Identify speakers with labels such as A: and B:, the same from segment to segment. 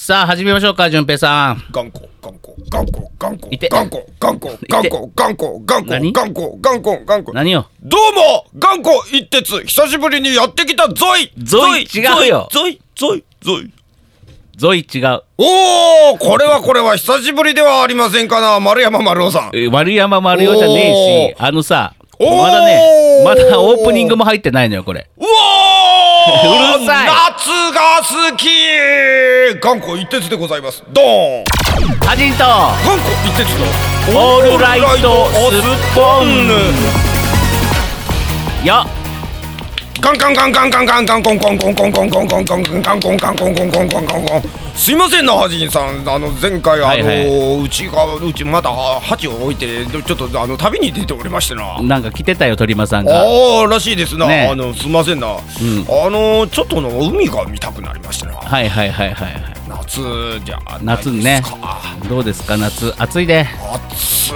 A: さあ始めましょうか順平さん
B: 頑固頑固頑固頑固
A: いて
B: 頑固頑 固
A: いて
B: 頑固頑固頑固
A: 何
B: 頑固頑固頑固
A: 何よ
B: どうも頑固一徹久しぶりにやってきたぞい
A: ゾイ違うよ
B: ぞいぞいぞい
A: ゾイ違う
B: おおこれはこれは久しぶりではありませんかな丸山丸尾さん
A: えー丸山丸代じゃねえしあのさ
B: おー
A: まだねまだオープニングも入ってないのよこれ
B: うわー
A: うるさい
B: 夏が好き頑固一徹でございますドーン
A: ハジンと
B: 頑固一徹の
A: オールライトスッポ
B: ン
A: よ
B: カンカンカンカンカンカンカンコンコンコンコンコンコンコンコンコンコンコンコンコンコンコンコンコンコンすいませんなハジンさんあの前回あのうちがうちまた鉢を置いてちょっとあの旅に出ておりましてな
A: なんか来てたよ鳥間さんが
B: ああらしいですな
A: ね
B: あのすいませんなあのちょっとの海が見たくなりましたな
A: はいはいはいはいはい
B: 夏じゃない
A: 夏
B: で
A: ね
B: すか
A: どうですか夏暑いで
B: 暑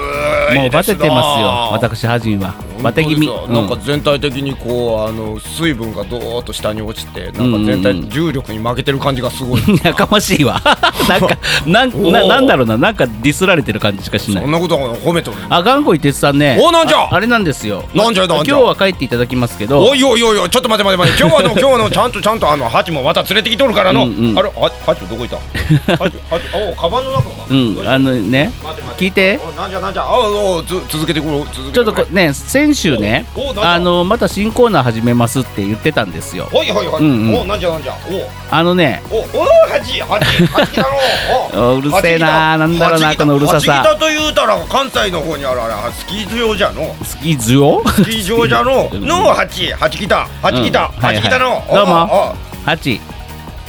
B: い
A: もうバテてますよ
B: また
A: 私ハジンはバテ気味
B: 本当です
A: う
B: よ
A: ん
B: なんか全体的にこうあの水分がどーっと下に落ちてなん
A: うんう
B: か
A: ん
B: 全体重力に負けてる感じが すごい、
A: やかましいわなんかなんななんだろうななんかディスられてる感じしかしな
B: そん
A: い
B: なことは褒めとる
A: あ頑固一徹さんね
B: おなんじゃ
A: ああれなんですよ
B: なんじゃいなんじゃい
A: 今日は帰っていただきますけど
B: おいおいおいおいちょっと待って 待って待って今日はの今日はのちゃんとちゃんとあのハチもまた連れてきとるからの、
A: うんうん
B: あれハチハチ どこいたハチハチおカバンの中か
A: うんあのね
B: 待って待って
A: 聞いて
B: おなんじゃなんじゃあおうつ続けてくろう続けて
A: ちょっとこね先週ね
B: おおなんだ
A: あのまた新コーナー始めますって言ってたんですよ
B: はいはいは
A: う
B: い、
A: んうん
B: おうなんじゃなんじゃおう
A: あのね
B: おおおハチハチハチだろ
A: おうるせえななんだろうなこのうるささ
B: ハチというたら関西の方にあるあれスキー場じゃ の
A: スキーズを
B: スキー場じゃの
A: うん
B: のハチハチ来たハチ来た
A: うんはいはい
B: ハチ来たのお
A: どうも
B: お
A: 八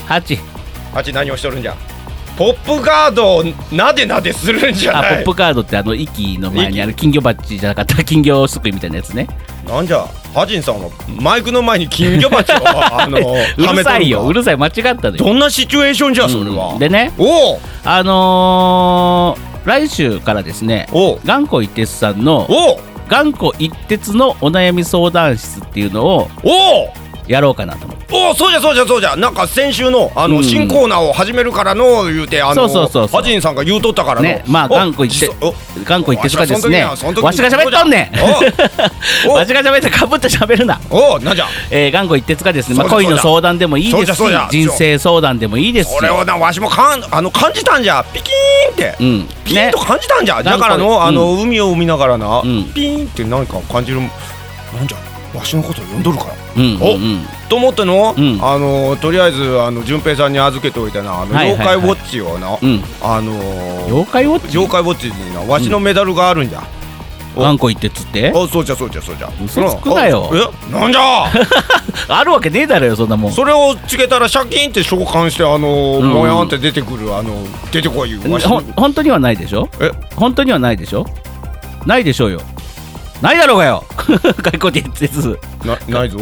A: 八
B: ハチ何をしとるんじゃポップガードをなでなでするんじゃ
A: あ
B: ない
A: ポップカードってあの息の前にある金魚バッジじゃなかった金魚すくいみたいなやつね
B: なんじゃハチンさんはマイクの前に金魚 鉢をあの
A: うるさいよ
B: は
A: う
B: めと
A: るさい間違ったの
B: るか
A: よ
B: どんなシチュエーションじゃそれ
A: う
B: は
A: んでね
B: おう
A: あのー、来週からですね
B: おう
A: 頑固一徹さんの
B: おう
A: 頑固一徹のお悩み相談室っていうのを
B: おう
A: やろうかなと思って
B: おおそうじゃそうじゃそうじゃなんか先週のあの、
A: うん
B: 新コーナーを始めるからの言うてあの
A: そうそうそうそう
B: ハジンさんが言うとったからの
A: ねまあ頑固言って
B: 実お
A: 頑固一徹がですね
B: わしはそん時に
A: わしが喋っとんねん
B: お
A: わしが喋ってかぶって喋るな
B: おおなんじゃ
A: えー、頑固一徹がですね、まあ、
B: そうじ
A: 恋
B: ゃ
A: の相談でもいい
B: そう
A: です
B: じゃ
A: し
B: そうじゃ
A: 人生相談でもいいですし
B: それをなわしもかんあの感じたんじゃピキーンって、
A: うん
B: ピーン
A: ね
B: と感じたんじゃ、
A: 頑
B: だ
A: 固
B: から
A: うん
B: のあの、海を見ながらな、
A: うん
B: ピーンって何か感じるなんじゃわしのこと呼んどるから
A: うんうんうん
B: と思っての、
A: うん
B: あのとりあえずあの順平さんに預けておいたなあの、
A: はいはいはい
B: 妖怪ウォッチをな、
A: うん
B: あの
A: 妖怪ウォッチ
B: 妖怪ウォッチになわしのメダルがあるんじゃ、お
A: 頑固一徹って
B: あそうじゃそうじゃそうじゃ
A: 嘘つくなよ
B: えなんじゃ
A: あるわけねえだろよそんなもん
B: それをつけたらシャキーンって召喚してあの
A: うん
B: もやんって出てくるあの出てこいいうわし
A: ほん本当にはないでしょ
B: え
A: 本当にはないでしょないでしょうよないだろうがよ 頑固一徹
B: なないぞ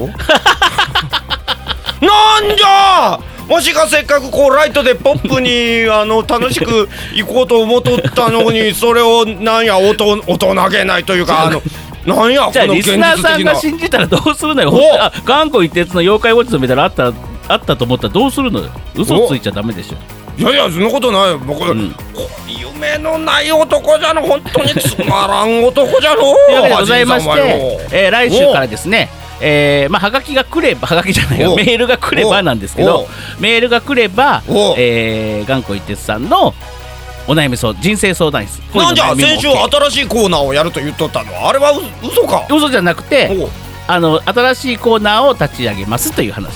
B: なんじゃわしがせっかくこうライトでポッ プにあの楽しく行こうと思っとったのにそれをなんや音音投げないというかあのなんやこ
A: じゃあ
B: の
A: リ
B: 現実
A: ス
B: 的
A: ナーさん
B: な
A: が信じたらどうするのよ
B: お
A: あ頑固一徹の妖怪ウォッチのメダルあったあったと思ったらどうするのよ嘘ついちゃダメでしょ
B: いやいやそんなことないよ僕、
A: ん
B: こ夢のない男じゃの本当につまらん男じゃの
A: というわけでございまし
B: おじいさんはよ
A: て、えー来週からですね、えーまあ、はがきが来れば、はがきじゃないよ、
B: お
A: メールが来ればなんですけ
B: お
A: ど、メールが来れば、
B: お
A: えー、頑固一徹さんのお悩み相人生相談室、恋の
B: なんじゃ
A: 悩みも
B: 先週
A: OK
B: 新しいコーナーをやると言っとったのあれはう嘘か
A: 嘘じゃなくて
B: おう
A: あの、新しいコーナーを立ち上げますという話。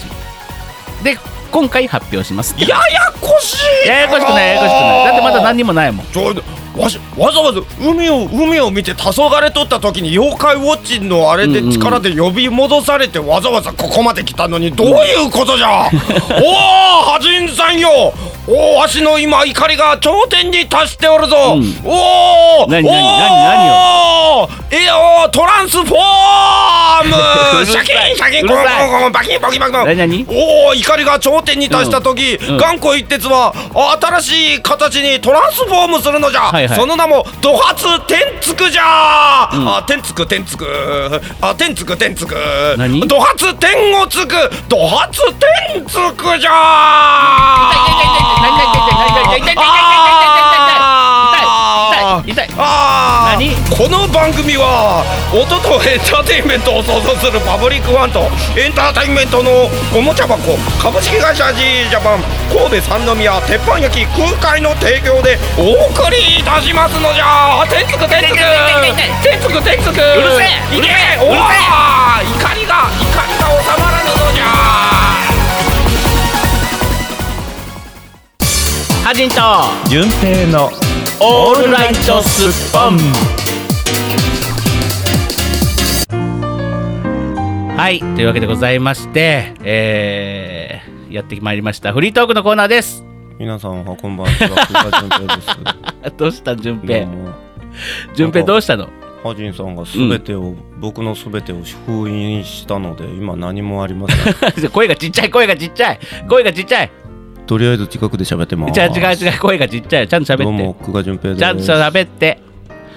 A: で、今回発表します。
B: ややこしい
A: ややこしくない、ややこしくない。だってまだ何にもないもん。
B: ちょわしわざわざ海を海を見て黄昏とった時に妖怪ウォッチのあれ
A: う
B: で
A: んうん
B: 力で呼び戻されてわざわざここまで来たのにどういうこと じゃ、おおハジンさんよおおわしの今怒りが頂点に達しておるぞ、
A: うん
B: おお
A: 何何
B: お
A: 何
B: おえおトランスフォ ー
A: うる
B: ム
A: さい
B: シャキンシャキン
A: う
B: コ
A: る
B: ンコ
A: さい
B: ンコンバキンバキンバキ
A: 何
B: ン
A: 何
B: おお怒りが頂点に達した時、
A: ん
B: 頑固一徹は新しい形にトランスフォームするのじゃ、
A: はいはい
B: その名も「ド発天つく」じゃ、あ天つく天つくあ天つく天つく
A: 何
B: ド発天をつくド発天つくじゃ
A: 何何何何何何何
B: 番組は音とエンターテインメントを創造するパブリックファンとエンターテインメントのおもちゃ箱株式会社 G ジャパン神戸三宮鉄板焼き空海の提供でお送りいたしますのじゃ天竺天竺天竺天竺う
C: る
B: いう
C: せえる
B: け
C: せえ
B: お
C: うるせ
B: ー怒りが怒りが収まらぬのじゃ
A: ハジンと
C: 純平の
A: オールライトスッポンはいというわけでございまして、えー、やってまいりましたフリートークのコーナーです
B: 皆さんはこんばんは
A: どうした順平順平どうしたの
B: ハジンさんがすべてを、僕のすべてを封印したので今何もありません
A: 声がちっちゃい声がちっちゃい声がちっちゃい
B: とりあえず近くで喋ってます
A: 違う違う違う声がちっちゃいちゃんと
B: ど
A: 喋
B: うも
A: っ
B: 久我淳平
A: て
B: です
A: ちゃんと喋って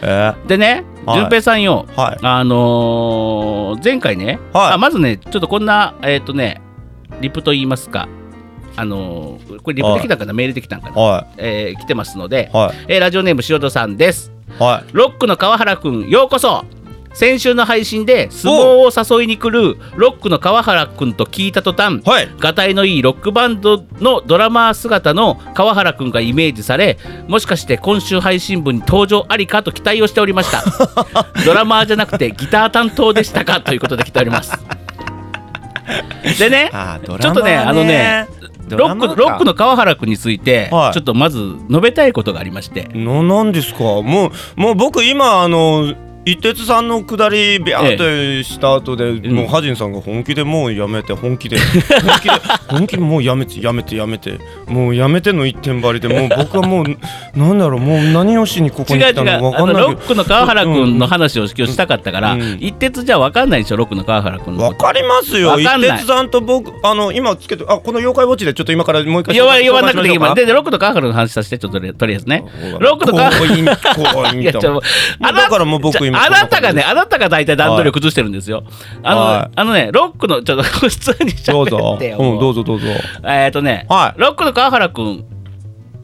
B: えー
A: でね
B: はい
A: 順平さんよ
B: はい
A: あのー前回ね、
B: はい
A: あまずねちょっとこんなえっ、とねリプと言いますかあのーこれリプできたんかな、メールできたんかな、
B: は
A: えー来てますので、
B: いは
A: えーラジオネーム塩戸さんです
B: いは
A: ロックの川原くんようこそ先週の配信で相撲を誘いに来るロックの川原くんと聞いた途端、
B: いはい
A: がたいのいいロックバンドのドラマー姿の川原くんがイメージされもしかして今週配信分に登場ありかと期待をしておりましたドラマーじゃなくてギター担当でしたかということで来ておりますでね
B: あード
A: ちょっとねあのねロックロックの川原くんについて、
B: はい
A: ちょっとまず述べたいことがありまして
B: のなんですかもうもう僕今あの一徹さんの下りビャーってした後で、
A: え
B: もう
A: うん
B: ハジンさんが本気でもうやめて本気で本 気で本気でもうやめてやめてやめてもうやめての一点張りでもう僕はもうなんだろうもう何をしにここ
A: 違う違
B: に来
A: うあ
B: たの
A: の
B: わかんない
A: ロ
B: け
A: ックの川原くんの話を今日したかったから、
B: うんうん
A: 一徹じゃ分かんないでしょロックの川原くん
B: ど
A: のこ
B: わ
A: と
B: かります
A: わ
B: よ
A: かん
B: 一
A: ない
B: 徹さんと僕あの今つけてあこの妖怪ウォッチでちょっと今からもう一回
A: 言わ言わなくていい
B: 紹介しましょうか
A: まででロックの川原の話させてちょっととりとりあえずねロックの川原
B: こういい
A: い
B: んこ
A: や
B: ういい
A: ちょもうあな
B: だからもう僕
A: ちょ
B: 今
A: あなたがね
B: こ
A: あなたが大体段取りを崩してるんですよあの、
B: はい
A: あのねロックのちょっと普通にしゃ
B: ど
A: べって
B: うぞ
A: よ
B: うんどうぞどうぞ
A: えっ、ー、とね、
B: はい
A: ロックの川原くん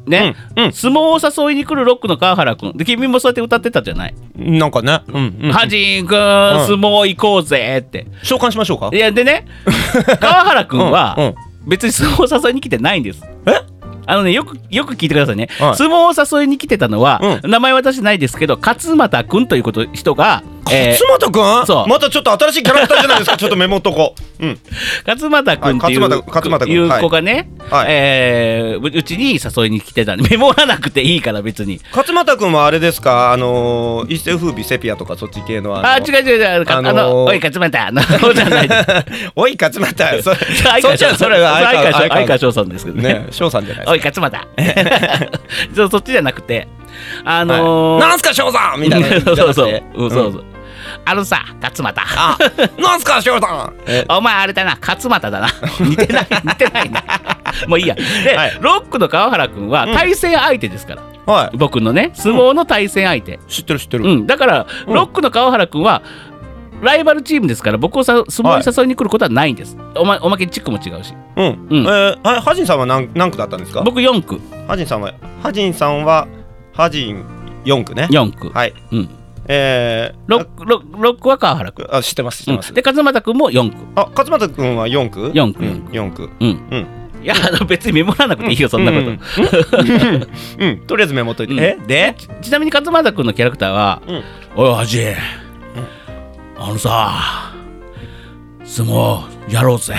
A: ね、
B: うんうん
A: 相撲を誘いに来るロックの川原くんで君もそうやって歌ってたじゃない
B: なんかねう
A: 「
B: ん
A: ハジンくん
B: ん
A: 相撲行こうぜ」って
B: 召喚しましょうか
A: いやで ね川原くんは、
B: うんうん
A: 別に相撲を誘いに来てないんです
B: え
A: あのねよくよく聞いてくださいね、
B: はい
A: 相撲を誘いに来てたのは、
B: う
A: 名前は出してないですけど勝俣くんということ人が、え
B: 勝俣くん
A: そう
B: またちょっと新しいキャラクターじゃないですかちょっとメモっとこう うん
A: ー、勝俣くんっていう,、
B: はい勝俣勝俣くん
A: いう子がね、
B: はい
A: えーううちに誘いに来てたんでメモらなくていいから別に
B: 勝俣くんはあれですかあのー一世風靡セピアとかそっち系の
A: あ
B: の
A: 違う違う違うあの、
B: あのー
A: あのおい勝俣のじゃないです
B: おい勝 俣そ そっ
A: 相
B: ちは
A: 川
B: それは
A: 相川相川
B: 相
A: 翔さんですけど
B: 川
A: ね
B: ね翔さんじゃない
A: お
B: で
A: い勝 俣そそっちじゃなくてあ
B: すか
A: のー
B: はいなんすか翔さんみたいな
A: そうそうそう、
B: じゃなくて
A: うん、そうそうあのさ勝俣
B: あなんすか翔さんえ
A: お前あれだな勝俣だな似て ない似てないなもういいやで、
B: はい
A: ロックの川原君は
B: うん
A: 対戦相手ですから、
B: は
A: 僕のね相撲の対戦相手、
B: い知ってる知って
A: う
B: る
A: んだから、
B: うん
A: ロックの川原君はライバルチームですから僕をさ相撲に誘いに来ることはないんです、おまおまけにチックも違うし
B: うん
A: うん
B: えーはハジンさんは何何区だったんですか
A: 僕4区
B: ハジンさんはハジンさんはハジン四区ね。
A: 4区、
B: はい。
A: うん、
B: えー、
A: ロックロロックは川原君、
B: あ知ってます知ってます。
A: うんで勝俣君も4区
B: あ勝俣君は四区？
A: 四区
B: うん四区。
A: いやあの別にメモらなくていいよそんなこと、
B: うんうんうんとりあえずメモっといて。
A: うん
B: えで？
A: ちちなみに勝俣君のキャラクターは
B: うん
A: 「おいハジ、あのさ相撲やろうぜ」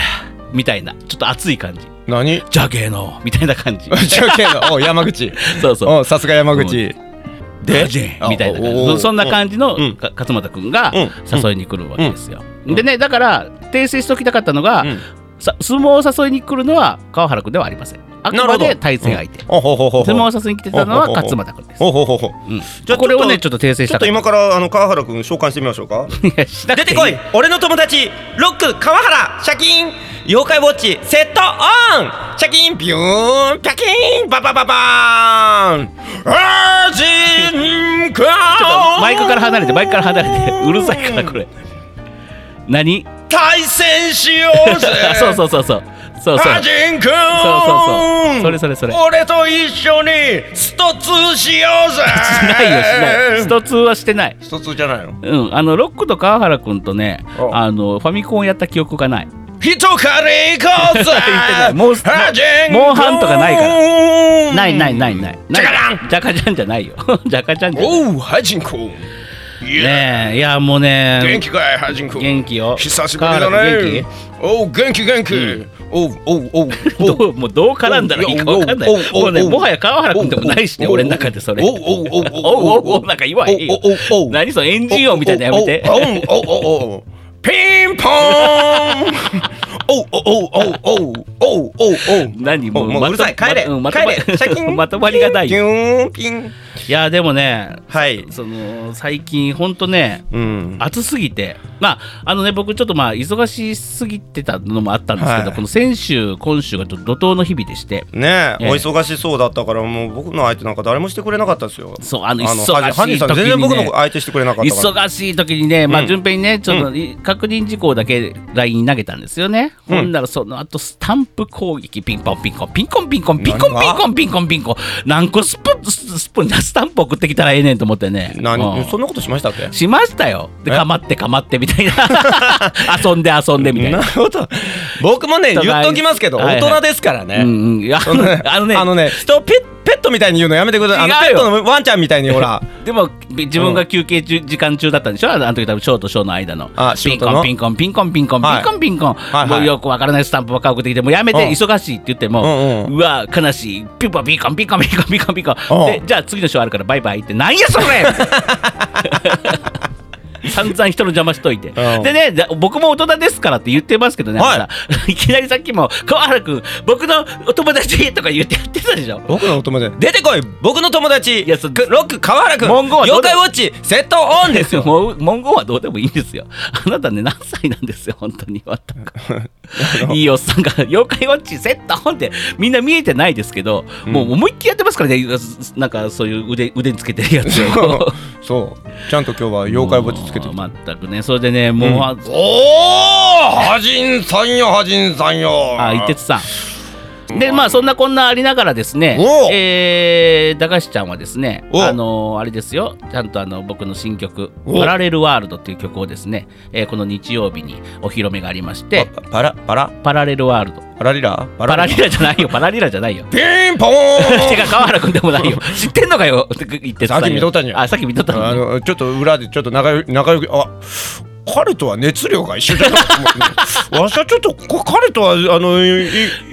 A: みたいなちょっと熱い感じ
B: 何？
A: 「じゃけーの」みたいな感じ
B: じゃけのお山口。
A: そうそう
B: おさすが山口。
A: 「ハジ
B: あ
A: みたいな感
B: おー
A: じそそんな感じの
B: うん
A: か勝俣君が
B: うん
A: 誘いに来るわけですよ、
B: うん
A: でねだから訂正しておきたかったのが、
B: うん
A: さ相撲を誘いに来るのは川原君ではありませんあく
B: なる
A: ま
B: ほど
A: で対戦相手、
B: おほほほほ。
A: 相撲を誘いに来てたのは
B: ほうほうほう
A: 勝俣君です、
B: おほほほ。
A: うん
B: じゃあ
A: これをねち
B: ち
A: ょっと訂正し
B: ち
A: たか
B: ょっと
A: った
B: 今からあの川原君召喚してみましょうか。
A: いやしなくいい
B: 俺の友達ロック川原シャキーン妖怪ウォッチセットオンシャキーンビューンピャキーンババババーンアジ
A: ちょっ
B: ンカ
A: とマイクから離れてマイクから離れてうるさいからこれ何
B: 対戦しようぜ
A: そうそうそうそうそうそう
B: ハジンく
A: そう
B: ん
A: そうそうそれそれそれ
B: 俺と一緒にストツーしようぜ
A: しないよしないスト2はしてない
B: ストツーじゃないの
A: うんあのロックと川原くんとね
B: お
A: あのファミコンをやった記憶がない
B: 一から行こ うぜ
A: ないもう
B: ハジンくん
A: モンハンとかないからないないないない
B: ジャカ
A: な
B: ジ
A: いジャカジャンじゃないよ ジャカジャンじゃない
B: おうハジンくんいや
A: ねえいやもうね
B: 元気かいハジンくん
A: 元気よ
B: 久しぶりだねおう元気元気、おうおうおうお
A: ど
B: う
A: うもうどう絡んだらいいかわかんない。
B: おうおうおうおう
A: もうねもはや川原君でもないしね
B: おうおう
A: 俺の中でそれ。
B: おうおう
A: お
B: おう
A: うおうおうなんか言わへんよ
B: おうおうおう。
A: 何そのエンジン音みたいなのやめて。
B: おうおうおうおうおうピンポーンおうおうおうおうおうおうおう
A: 何
B: もうもううるさい帰れ
A: うんまと
B: 帰
A: ま
B: れシャキン
A: まとまりがない
B: ピ
A: よ。
B: ューンピン
A: いやでもね
B: はい
A: その最近ほんとね
B: うん
A: 暑すぎてまああのね僕ちょっとまあ忙しすぎてたのもあったんですけど、
B: はい
A: この先週今週がちょっと怒涛の日々でして。
B: ねえ、
A: ええ
B: お忙しそうだったからもう僕の相手なんか誰もしてくれなかったですよ
A: そうあの忙しい時にね
B: ハニーさん全然僕の相手してくれなかったから
A: 忙しい時にね、ま
B: う
A: あ、
B: ん
A: 順平にね、ちょっとい確認事項だけ LINE に投げたんですよね。
B: うん
A: ほんなら、その後スタンプ攻撃、ピンポンピンコン、ピンコンピンコン、ピンコンピンコン、ピンコンピンコン、何個スプーン、ススプーン、スタンプ送ってきたらええねんと思ってね。う
B: 何
A: ん
B: そんなことしましたっけ
A: しましたよ。で、
B: え
A: かまってかまってみ たいな。遊んで遊んでみたい
B: な
A: な。
B: るほど僕もね
A: 人
B: 言
A: が
B: っときますけど
A: はいは
B: 大
A: い
B: 人ですからね、
A: うんうんいや
B: そんな
A: あのね
B: あのね人をペッペットみたいに言うのやめてくださいあの
A: 違う
B: ペ
A: よ
B: ットのワンちゃんみたいにほら
A: でも自分が休憩中、時間中だったんでしょあの時多分ショーとショーの間の
B: あ仕
A: ピン
B: 事
A: コ
B: の
A: ンピンコンピンコンピンコンピ
B: は
A: ン
B: い
A: コンピンコン、
B: はいはい
A: もうよくわからないスタンプばっか送ってきてもうやめて
B: うん
A: 忙しいって言っても、
B: うんう
A: わ悲しいピンポンピンコンピンコンピンコンピンコンピンコン
B: う
A: でじゃあ次のショーあるからバイバイってなんやそ れ散々人の邪魔しといて、
B: ん
A: でねだ僕も大人ですからって言ってますけどね、
B: はい
A: あなたいきなりさっきも「川原君僕のお友達」とか言ってやってたでしょ
B: 僕のお友達出てこい僕の友達
A: いやそ
B: ロック川原君
A: 文言はどう
B: 妖
A: だ
B: 怪ウォッチセットオンですよ
A: もう文言はどうでもいいんですよ。あなたね、何歳なんですよ、本当に。まった くいいおっさんが、妖怪ウォッチセットって、みんな見えてないですけど、もう思いっきりやってますからね、なんかそういう腕腕につけてるやつを。
B: そうちゃんと今日は 妖怪ウォッチつけて
A: もう全くね、それでね、もう、あ
B: おおハジンさんよハジンさんよ
A: あ、一徹さん。でまあそんなこんなありながらですね
B: おう、
A: えー、駄菓子ちゃんはですね
B: おう
A: あのーあれですよちゃんとあの僕の新曲「
B: おう
A: パラレルワールド」っていう曲をですね、えーこの日曜日にお披露目がありまして
B: パパラパラ
A: パラレルワールド
B: パラリラパ
A: パラリラじゃないよパラリラじゃないよ
B: ピンポ
A: て
B: ーン
A: か川原君でもないよ知ってんのかよって言って
B: さっき見とったんや
A: あさっき見とった
B: あ
A: の
B: のちょっと裏でちょっと仲良く仲良くあ彼とは熱量が一緒じゃなくて 思うわしはちょっとこ彼とはあのいい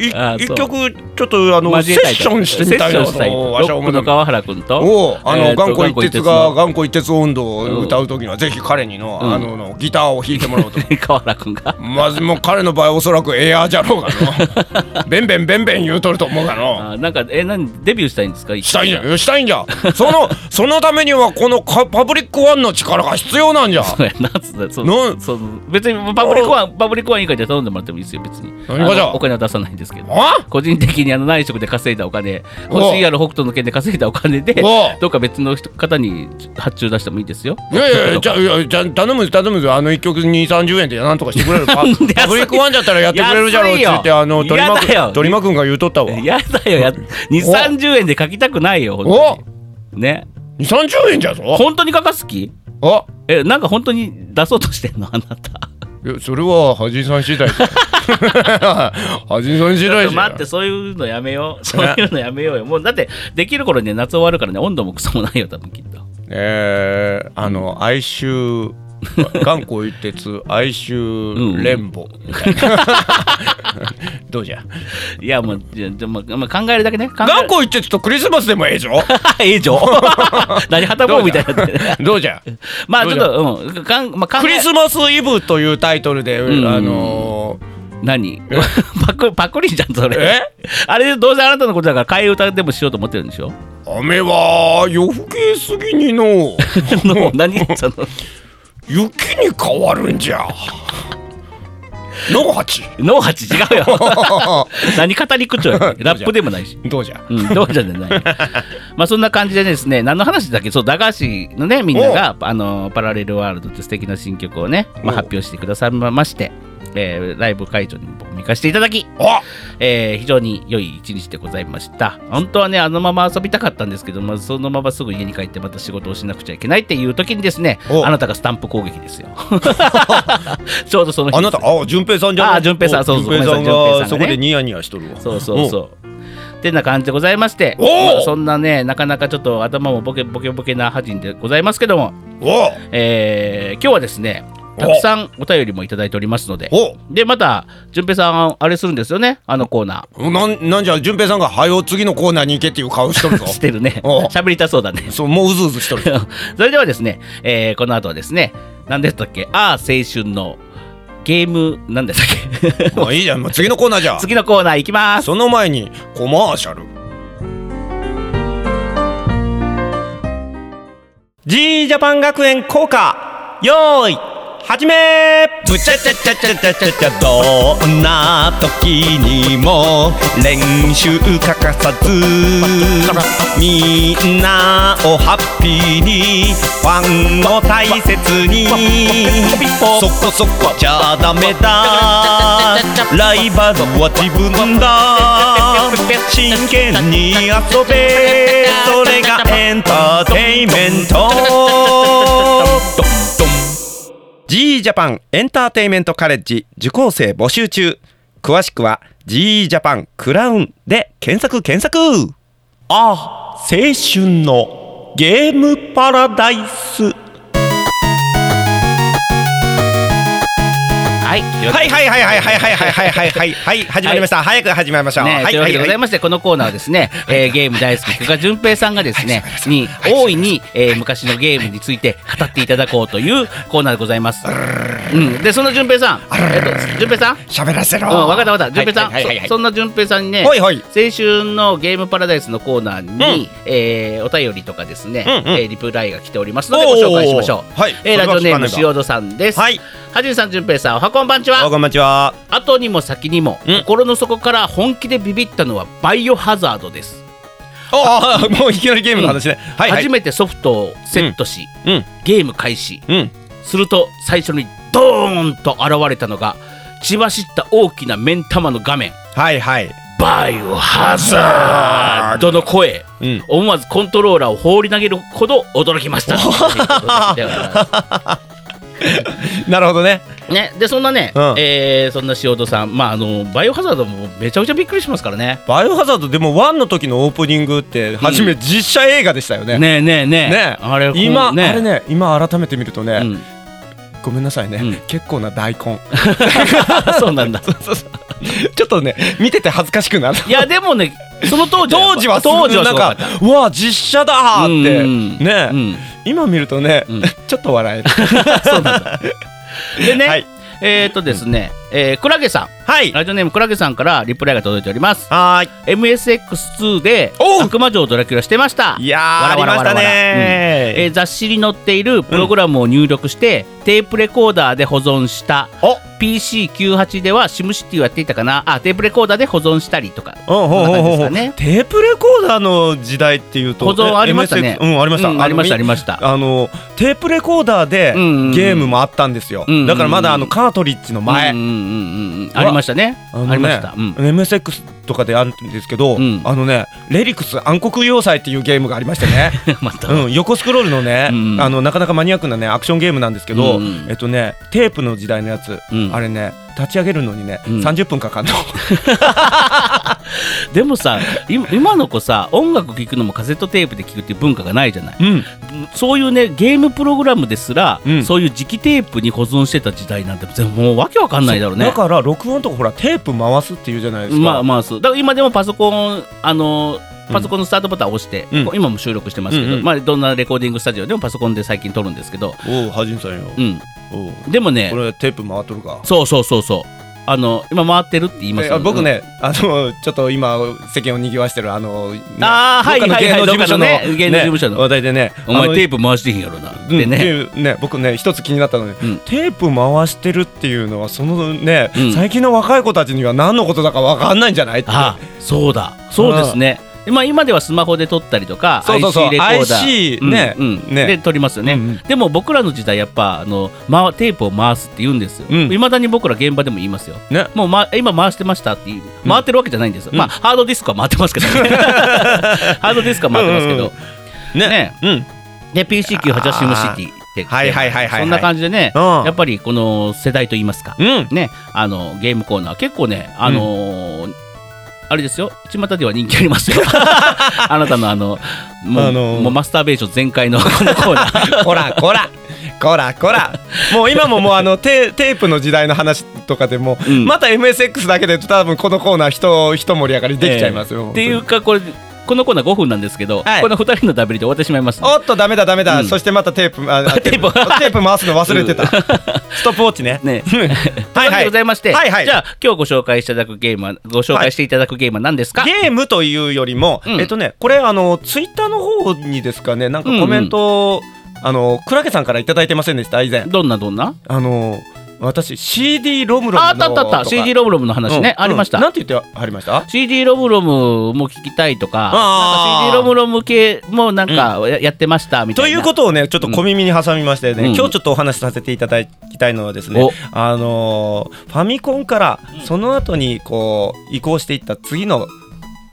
B: い
A: あ
B: 一
A: そう
B: 曲ちょっとあの
A: 交
B: セ
A: え
B: ッ
A: たいと
B: ションしてみたい
A: セッ
B: な
A: ションしたい
B: と
A: と
B: わしは
A: ロッ
B: 思
A: ク
B: う
A: の川原君と
B: おうあの、
A: えーと
B: 頑固一徹が
A: 頑固
B: 頑固一徹音頭を歌う時にはぜひ彼にの、
A: うん
B: あののギターを弾いてもらおうと
A: 一徹の 川原君が
B: まずもう彼の場合おそらくエアーじゃろうが のベンベンベンベン言うとると思うがの
A: あなんかえ何デビューしたいんですか
B: したいんじゃしたいんじゃそのそのためにはこのかパブリックワンの力が必要なんじゃ
A: そうやなそうそ
B: な
A: うそう別にパブリックワンパブリックワン委員会で頼んでもらってもいいですよ別に
B: 何がじゃ
A: あのお金は出さないんですけど
B: あ
A: 個人的にあの内職で稼いだお金
B: おう
A: 欲しいある北斗の県で稼いだお金で
B: おう
A: どうか別の人方に発注出してもいいですよ
B: いやいやいやじゃいやじゃ頼む頼むぞあの一曲2三3 0円でなんとかして くれるパパ
A: んで安い
B: ブリックワンじゃったらやってくれるじゃろうっつっ
A: 安い
B: て
A: よ
B: あの鳥
A: やだ
B: 間
A: よ
B: 鳥間君が言うとったわ
A: やだよや2 3 0円で書きたくないよ
B: お
A: 本当にね
B: 2三3 0円じゃぞ
A: 本当に書かす気
B: あ
A: えなんか本当に出そうとしてんのあな た
B: いやそれはハジンさん次第だよ ハジンさん次第じゃ
A: 待ってそういうのやめようそういうのやめようよもうだってできる頃にね夏終わるからね温度もクソもないよ多分きっと
B: えー、あの哀愁頑固一徹哀愁連母みたいなどうじゃ
A: いやもうじゃじゃまあまあ考えるだけね考える
B: 頑固一徹とクリスマスでもええぞ
A: ええじゃん 何はたぼうみたいになってね
B: どうじゃ
A: まあちょっとうんかんまあ考え
B: クリスマスイブというタイトルで、
A: ん
B: あのー
A: 何 パクパクリじゃんそれ
B: え
A: あれどうせあなたのことだから替え歌でもしようと思ってるんでし ょ
B: 雨は夜更けすぎにの
A: の何その
B: 雪に変わるんじゃのはち
A: ノーハチ違うよ何語り口調やねんラップでもないし
B: どうじゃ
A: うん、どうじゃない。まあそんな感じでですね、何の話だっけ、そう駄菓子のねみんながあのパラレルワールドって素敵な新曲をね、まあ
B: お
A: 発表してくださいまして、えーライブ会場にも行かせていただき、
B: あ
A: えー非常に良い一日でございました本当はねあのまま遊びたかったんですけど、まあ、そのまますぐ家に帰ってまた仕事をしなくちゃいけないっていう時にですね
B: お
A: あなたがスタンプ攻撃ですよ ちょうどその日
B: あなた あ順平さんじゃない
A: あ順平さんそうそう
B: 順平さ
A: ごめ
B: ん
A: んなさい順平さんが
B: が
A: ね
B: そこでニヤニヤしとるわ
A: そうそうそう。ってな感じでございまして、
B: おー
A: まあそんなね、なかなかちょっと頭もボケボケボケな覇人でございますけども、
B: うんお
A: えー今日はですね、たくさんお便りもいただいておりますので、
B: お
A: で、また、淳平さん、あれするんですよね、あのコーナ
B: おなんなんじゃ順平さんが「はよ次のコーナーに行け」っていう顔しとる ぞ
A: ー。してるね
B: お。
A: 喋りたそうだね。
B: そうもううずうずしとる
A: それではですね、えーこの後はですね、何でしたっけ、ああ、青春のゲーム、何でしたっけ。
B: もういいじゃんもう次のコーナーじゃ
A: 次のコーナー行きます。
B: その前にコマーシャル
C: G ジャパン学園効果よーいはじめぶちゃちゃちゃちゃちゃちゃちゃどんな時にも練習欠かさずみんなをハッピーにファンを大切にそこそこじゃダメだライバルは自分だ真剣に遊べそれがエンターテインメントドンドン
B: G ジャパンエンターテイメントカレッジ受講生募集中詳しくは G ジャパンクラウンで検索検索
C: あ青春のゲームパラダイス
A: はい、というわけで
C: はいはいはいはいはいはいはいはいはいはい始まりました、早く始まりましょう、
A: ね、
C: は
A: と
C: い
A: いうわ
C: は
A: け
C: い
A: でございまして、このコーナーはですね、えーゲーム大好き、久我淳平さんがですね、に大いに、えー昔のゲームについて語っていただこうというコーナーでございます。うん、で、そんな淳平さん、えっと、淳平さん、
B: 喋らせろ
A: うん、わかったわかった、淳平さん、
C: はいはいはいはい
A: そそんな淳平さんにね、
C: はいはい
A: 青春のゲームパラダイスのコーナーに、えーお便りとかですね、
C: うんうん
A: えーリプライが来ておりますので、ご紹介しましょう。
B: おーはい
A: えーラジオネーム
B: それ
A: 塩戸さんです。
C: はい。
A: はじめさん、淳平さん、おはこんばんちは。
C: おこんばんちは
A: 後にも先にも、
C: うん
A: 心の底から本気でビビったのはバイオハザードです、
C: ああ もういきなりゲームの話ね、はいはい
A: 初めてソフトをセットし、
C: うん
A: ゲーム開始
C: うん
A: すると最初にドーンと現れたのが血走った大きな目ん玉の画面
C: はいはい
A: バイオハザードの声、
C: うん
A: 思わずコントローラーを放り投げるほど驚きましたということで
C: なるほどね
A: ね、でそんなね、
C: うん
A: えーそんな塩戸さん、まあ、あのバイオハザードもめちゃくちゃびっくりしますからね。
C: バイオハザードでもワンの時のオープニングって初め実写映画でしたよね、
A: ねえねえねえ
C: ね
A: あれこう
C: 今あれね今改めて見るとね、
A: う ん
C: ごめんなさいね、
A: うん
C: 結構な大根
A: そうなんだ。
C: ちょっとね見てて恥ずかしくなる
A: いやでもね、その当時
C: 当時はすご
A: 当
C: い
A: 時は
C: な
A: す
C: ん
A: ごか
C: か
A: った。
C: うわ実写だーって
A: うん
C: ね、
A: うん
C: 今見るとね、
A: うん
C: ちょっと笑える
A: そうなんだ。でね、
C: はい
A: えっ、とですね、えー、クラゲさん、
C: はい
A: ラジオネームクラゲさんからリプライが届いております。
C: はー
A: MSX2 で
C: おう
A: 悪魔城ドラキュラしてました。
C: いいやー
A: わらわらわらわら
C: ありましたね
A: う
C: ー
A: んえー雑誌に載っているプログラムを入力して、テープレコーダーで保存した。
C: お
A: PC98 ではシムシティをやっていたかなあテープレコーダーで保存したりとか
C: うんほうほうほ
A: こ
C: う
A: んな
C: ほ
A: 感
C: う
A: じですかね
C: テープレコーダーの時代っていうと
A: 保存ありましたね
C: MSX うんありました、
A: うんありましたありました
C: あのテープレコーダーで
A: うんうんうん
C: ゲームもあったんですよ、
A: うんうんうん
C: だからまだあのカートリッジの前、
A: うんうんうんうんうんありましたねあ
C: のね
A: りました、うん、
C: MSX とかであるんですけど、
A: うん
C: あのねレリクス暗黒要塞っていうゲームがありましてね
A: また、
C: うん、横スクロールのね、
A: うん
C: あのなかなかマニアックなねアクションゲームなんですけど、
A: うん
C: えっとねテープの時代のやつ、
A: うん
C: あれね立ち上げるのにね、
A: うん
C: 30分かかんの
A: でもさ今今の子さ音楽聴くのもカセットテープで聴くっていう文化がないじゃない
C: うん
A: そういうねゲームプログラムですら、
C: うん
A: そういう磁気テープに保存してた時代なんて全部もうわけわかんないだろうね
C: だから録音とかほらテープ回すっていうじゃないですか、
A: まあまあそうだから今でもパソコンあのパソコンのスタートボタンを押して、
C: うん
A: こう今も収録してますけど、
C: うんうん
A: まあ、どんなレコーディングスタジオでもパソコンで最近撮るんですけど、
C: おうはじんさんよ、
A: うん、
C: おう
A: でもね
C: これテープ回っとるか
A: そうそうそうそうあの今回ってるって言います
C: えあ僕ね、あのちょっと今世間を賑わしてるあの、ね、
A: あーはい
C: どっかの
A: はいはい
C: 芸能事務所の
A: どっかのね芸能事務所の
C: 話題でね
A: お前テ
C: ー
A: ープ回してへんやろなっ
C: うん
A: てね、
C: っていうね僕ね一つ気になったのね、
A: うん
C: テープ回してるっていうのはそのね、
A: うん
C: 最近の若い子たちには何のことだかわかんないんじゃないって
A: あそうだそうですねでまあ、今ではスマホで撮ったりとか
B: そうそうそう
A: IC レコーダー
B: IC
A: うん
B: ね
A: うん
B: ね
A: で撮りますよね、
B: うんうん
A: でも僕らの時代やっぱあの、ま、テープを回すって言うんですよ
B: うん
A: いま、未だに僕ら現場でも言いますよ
B: ね
A: もう、ま、今回してましたって言う回ってるわけじゃないんですよ、まあハードディスクは回ってますけどね ハードディスクは回ってますけど、
B: ね
A: ね
B: うん
A: で PC98 シムシティって
B: はいはいはいはいはい
A: そんな感じでね、
B: うん
A: やっぱりこの世代といいますか、
B: うん
A: ね、あのゲームコーナー結構ね、あのーあれですよ巷では人気あります よあなたのあのもう,、
B: あのー
A: もうマスターベーション全開の このコーナー
B: こらこらこらこらもう今ももうあのテテープの時代の話とかでも、
A: うん
B: また MSX だけで多分このコーナー人人盛り上がりできちゃいますよ、
A: えーっていうかこれこのコーナー5分なんですけど、
B: はい
A: この2人のダブりで終わってしまいますね
B: おっとダメだダメだ、
A: うん
B: そしてまたテープああ
A: テープ
B: テープ回すの忘 れてた、ストップウォッチね
A: ね
B: はい
A: というわけでございまして、
B: はいはい
A: じゃあ今日ご紹介していただくゲームはご紹介していただくゲームは何ですか、
B: ゲームというよりも、
A: うん
B: えっとねこれあのツイッターの方にですかねなんかコメントを、あのクラゲさんから頂いただいてませんでした以前
A: どんなどんな
B: あの私 CD ロムロムの
A: ああったあったあった
B: とか
A: CD ロムロムの話ね、
B: うん
A: ありました、
B: うんなんて言ってありました
A: CD ロムロムも聞きたいとか
B: あ
A: なんか
B: ー
A: CD ロムロム系もなんかや,、ってましたみたい
B: と
A: な
B: いうことをねちょっと小耳に挟みましてね、
A: うん
B: 今日ちょっとお話しさせていただきたいのはですね
A: お
B: あのーファミコンからその後にこう移行していった次の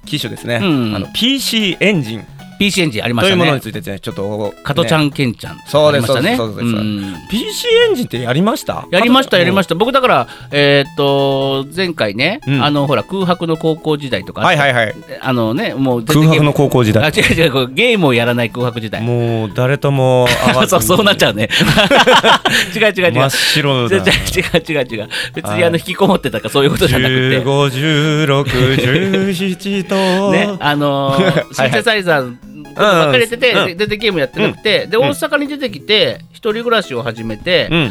B: 機種ですね、
A: うん
B: あの PC エンジン
A: PC エンジンありま
B: と
A: し
B: い
A: た
B: うものに
A: ね
B: ついてねちょっと
A: 加トちゃ
B: ね
A: んけんちゃん
B: そうです
A: ありましたね
B: そうですそうですそうです
A: ん
B: PC エンジンってやりました
A: やりましたやりま
B: し
A: した僕だからえーっと前回ね、
B: うん
A: あのほら空白の高校時代とか、
B: はいはいはい
A: あのねもう
B: 空白の高校時
A: あ
B: 代
A: 違う違うこうゲームをやらない空白時代
B: もう誰とも会わ ず
A: そう
B: に
A: そうなっちゃうね違う違う違う
B: 真っ 白
A: 違う
B: だ
A: 違う違う違う別に
B: は
A: あ
B: い
A: の引きこもってたかそういうことじゃなくて
B: 151617と
A: ね、あの ーシンセサイザーとか分かれてて、
B: うんうん
A: ででゲームやってなくて、で
B: ん
A: 大阪に出てきて一人暮らしを始め
B: う
A: て、
B: ん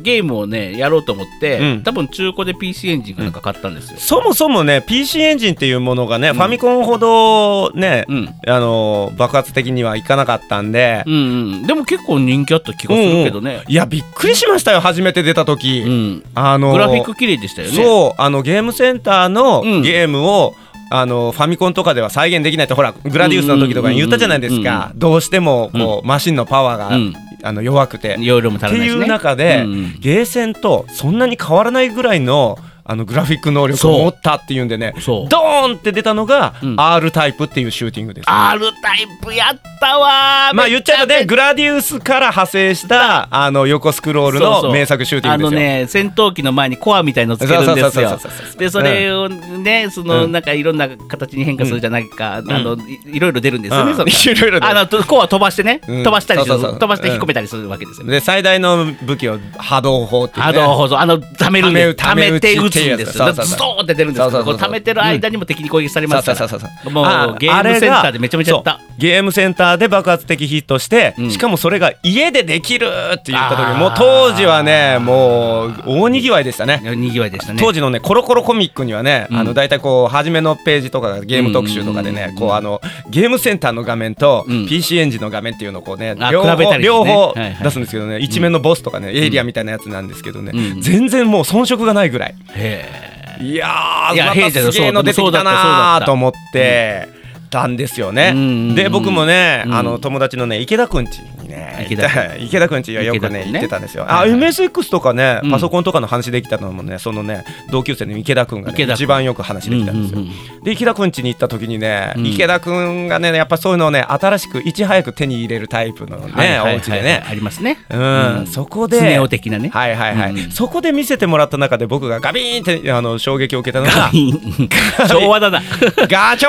A: ゲームをねやろうと思って、
B: うん
A: 多分中古で PC エンジンかなんか買ったんですよ。
B: そもそもね PC エンジンっていうものがね、ファミコンほどね、
A: うん
B: あのー爆発的にはいかなかったんで、
A: うんうん、でも結構人気あった気がするけどね、
B: いやびっくりしましたよ初めて出た時、
A: うん
B: あのー
A: グラフィック綺麗でしたよね。
B: そうあのゲームセンターの
A: うん
B: ゲームを、あのーファミコンとかでは再現できないってほらグラディウスの時とかに言ったじゃないで
A: う
B: す
A: んうんうん
B: か、
A: う
B: どうしてもこう、マシンのパワーが、
A: うん
B: あの弱くて、
A: 容量も
B: っ
A: 足ら
B: て
A: ない
B: い
A: し
B: う
A: ね。
B: 中で、
A: うんうん
B: ゲーセンとそんなに変わらないぐらいのあのグラフィック能力を
A: そう
B: 持ったっていうんでね
A: そう
B: ドーンって出たのが、
A: うん
B: R タイプっていうシューティングです。
A: R タイプやったわー
B: まあ言っちゃえばねグラディウスから派生したあの横スクロール
A: そうそ
B: の
A: う
B: 名作シューティングですよ。
A: あのね戦闘機の前にコアみたいのつけるんです
B: そうそう
A: よ
B: そうそうそう
A: でそれをねその
B: うん
A: なんかいろんな形に変化するじゃないか、あのいいろいろ出るんですよね、そ
B: うん
A: の
B: いろいろで
A: あのとコア飛ばしてね、
B: うん
A: 飛ばしたりする
B: そうそうそう
A: 飛ばして引っ込めたりするわけですよ、
B: で最大の武器を波動砲っていう、
A: 波
B: ね、
A: 動放送あの溜めるんです
B: 溜
A: 溜め
B: め打ち
A: て打つんですよ
B: そ
A: だ
B: う
A: っ
B: そ
A: て
B: うそう
A: ズドーンって出るんですけ
B: そう
A: ど
B: そ
A: こ
B: うそう
A: う溜めてる間にも敵に攻撃されますから、
B: そうそうそうそう
A: も
B: あ
A: うゲームセンターでめちゃめちゃやっ
B: あ
A: た
B: れがそうゲームセンターで爆発的ヒットして、
A: うん
B: しかもそれが家でできるって言った
A: あー
B: 時もう当時はねもう大にぎわいでしたね
A: にぎわいでしたね
B: 当時のねコロコロコミックにはね、
A: うん
B: あの大体こう初めのページとかがゲーム特集とかでね、
A: うん
B: こうあのゲームセンターの画面と
A: うん
B: PC エンジンの画面っていうのをこうね、
A: あ
B: 両方
A: 比べたりしてね
B: 両方
A: はいはい
B: 出すんですけどね、一面のボスとかね、エイリアンみたいなやつなんですけどね、
A: うん
B: 全然もう遜色がないぐらい、
A: へ
B: いやー
A: いや
B: またすげえの出てきたなーと思ってたんですよね
A: うんうんうん
B: で僕もね、
A: うん
B: あの友達のね池田くんちにね
A: 池田く
B: 池田くんちはよく
A: 池田
B: ね
A: くんね
B: 行ってたんですよ、
A: はいはい
B: あ MSX とかね
A: うん
B: パソコンとかの話できたのもねそのね同級生の池田くんが、ね、
A: 池田くん
B: 一番よく話できたんですよ、
A: うんうん
B: で池田くんちに行った時にね、
A: うん
B: 池田くんがねやっぱそういうのをね新しくいち早く手に入れるタイプのね、
A: えはいはいはい
B: お家でね
A: ありますね
B: うんそこで
A: スネ夫的なね
B: はいはいはい、
A: うん
B: そこで見せてもらった中で僕がガビーンってあの衝撃を受けたの が
A: 昭和だな
B: ガチョ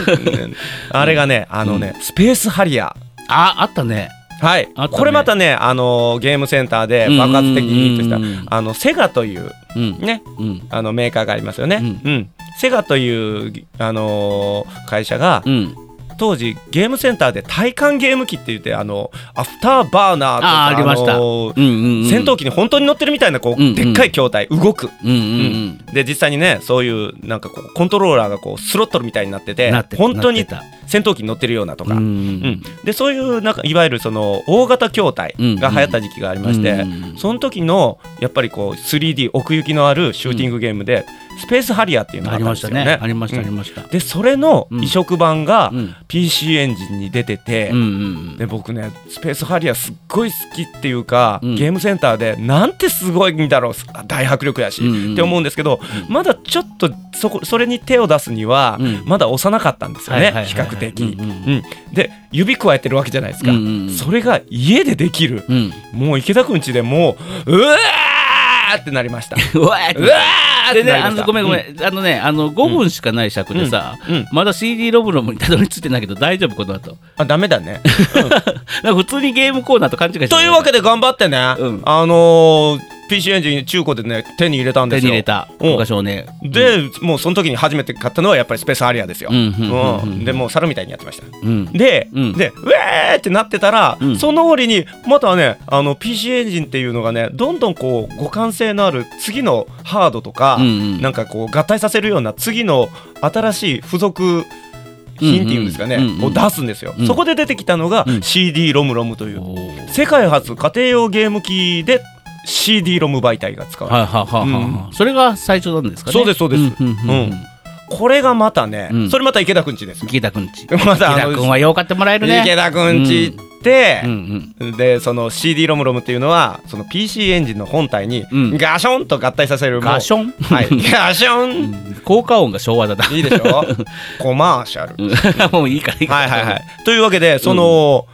B: ーンあれがねあのね、スペースハリアー
A: ああったね
B: はい、
A: あったね
B: これまたねあのゲームセンターで爆発的にヒットした、
A: うんうんうん
B: あのセガという
A: うん
B: ね
A: うん
B: あのメーカーがありますよね、う
A: うん
B: セガという、あのー会社が
A: うん
B: 当時ゲームセンターで体感ゲーム機って言ってあのアフターバーナーとか
A: あーありました
B: あのー
A: うんうんうん
B: 戦闘機に本当に乗ってるみたいなこう、
A: うんうん
B: でっかい筐体動く、
A: うんうん
B: で実際にねそういうなんかこうコントローラーがこうスロットルみたいになってて
A: なってた
B: 本当に
A: なっ
B: 戦闘機に乗ってるようなと
A: うん
B: か、うんでそういうなんかいわゆるその大型筐体が流行った時期がありまして、
A: うんうんうん
B: その時のやっぱりこう 3D 奥行きのあるシューティングゲームで、スペースハリアーっていうのが
A: あ
B: あっ
A: り
B: たん
A: ました
B: ですよ
A: ね
B: ね。
A: ありましたあ
B: うん
A: りました
B: でそれの
A: うん
B: 移植版が
A: うん
B: PC エンジンに出てて、
A: うんうん
B: で僕ねスペースハリアーすっごい好きっていうか、
A: うん
B: ゲームセンターでなんてすごいんだろうす大迫力やし、
A: うんうん
B: って思うんですけど、まだちょっとそこそれに手を出すには、
A: うん
B: まだ幼かったんですよ
A: はい
B: ね
A: はいはいはい
B: 比較的、
A: うんう
B: うんで指加えてるわけじゃないですか、
A: うんうんうん
B: それが家でできる、
A: うんうん
B: もう池田くん家でもううわーってなりました。
A: うわーっ
B: うわーっ
A: で
B: て
A: ね、
B: なり
A: あ
B: ました
A: のごめんごめん、あのねあの5分しかない尺でさ、
B: うんうん
A: まだ CD ロブロムにたどり着いてないけど大丈夫この後
B: あダメだね。
A: なんか普通にゲームコーナーと勘違いしてる
B: というわけで頑張ってね、
A: うん
B: あのー PC エンジン中古でね手に入れたんで
A: 手
B: す
A: に
B: よ
A: 入れた
B: うん
A: 昔をね
B: で、もうその時に初めて買ったのはやっぱりスペースアリアですよ、
A: うんうんうんうん
B: うんでもう猿みたいにやってました
A: うん
B: で、
A: うん
B: でうえーってなってたら、
A: うん
B: その折にまたねあの PC エンジンっていうのがねどんどんこう互換性のある次のハードとか、
A: うんうん
B: なんかこう合体させるような次の新しい付属品っていうんですかね、
A: うんうんうんうん
B: を出すんですよ、
A: うん
B: そこで出てきたのが
A: うん
B: CD ロムロムという
A: おー
B: 世界初家庭用ゲーム機で CD ロム媒体が使われ
A: はいはいはいはい、それが最初なんですかね
B: そうですそうです
A: んうんうんうん
B: るこれがまたね、
A: うん
B: それまた池田くんちですよ
A: 池田くんち
B: また
A: 池田くんはよう買ってもらえるね
B: 池田くんち行って、
A: うんうん
B: でその CD ロムロムっていうのはその PC エンジンの本体に
A: うん
B: ガションと合体させるもう
A: ガション
B: はい、ガション
A: 効果音が昭和だな
B: いいでし ょコマーシャル
A: もういいからいいから
B: はいはいはいというわけでその,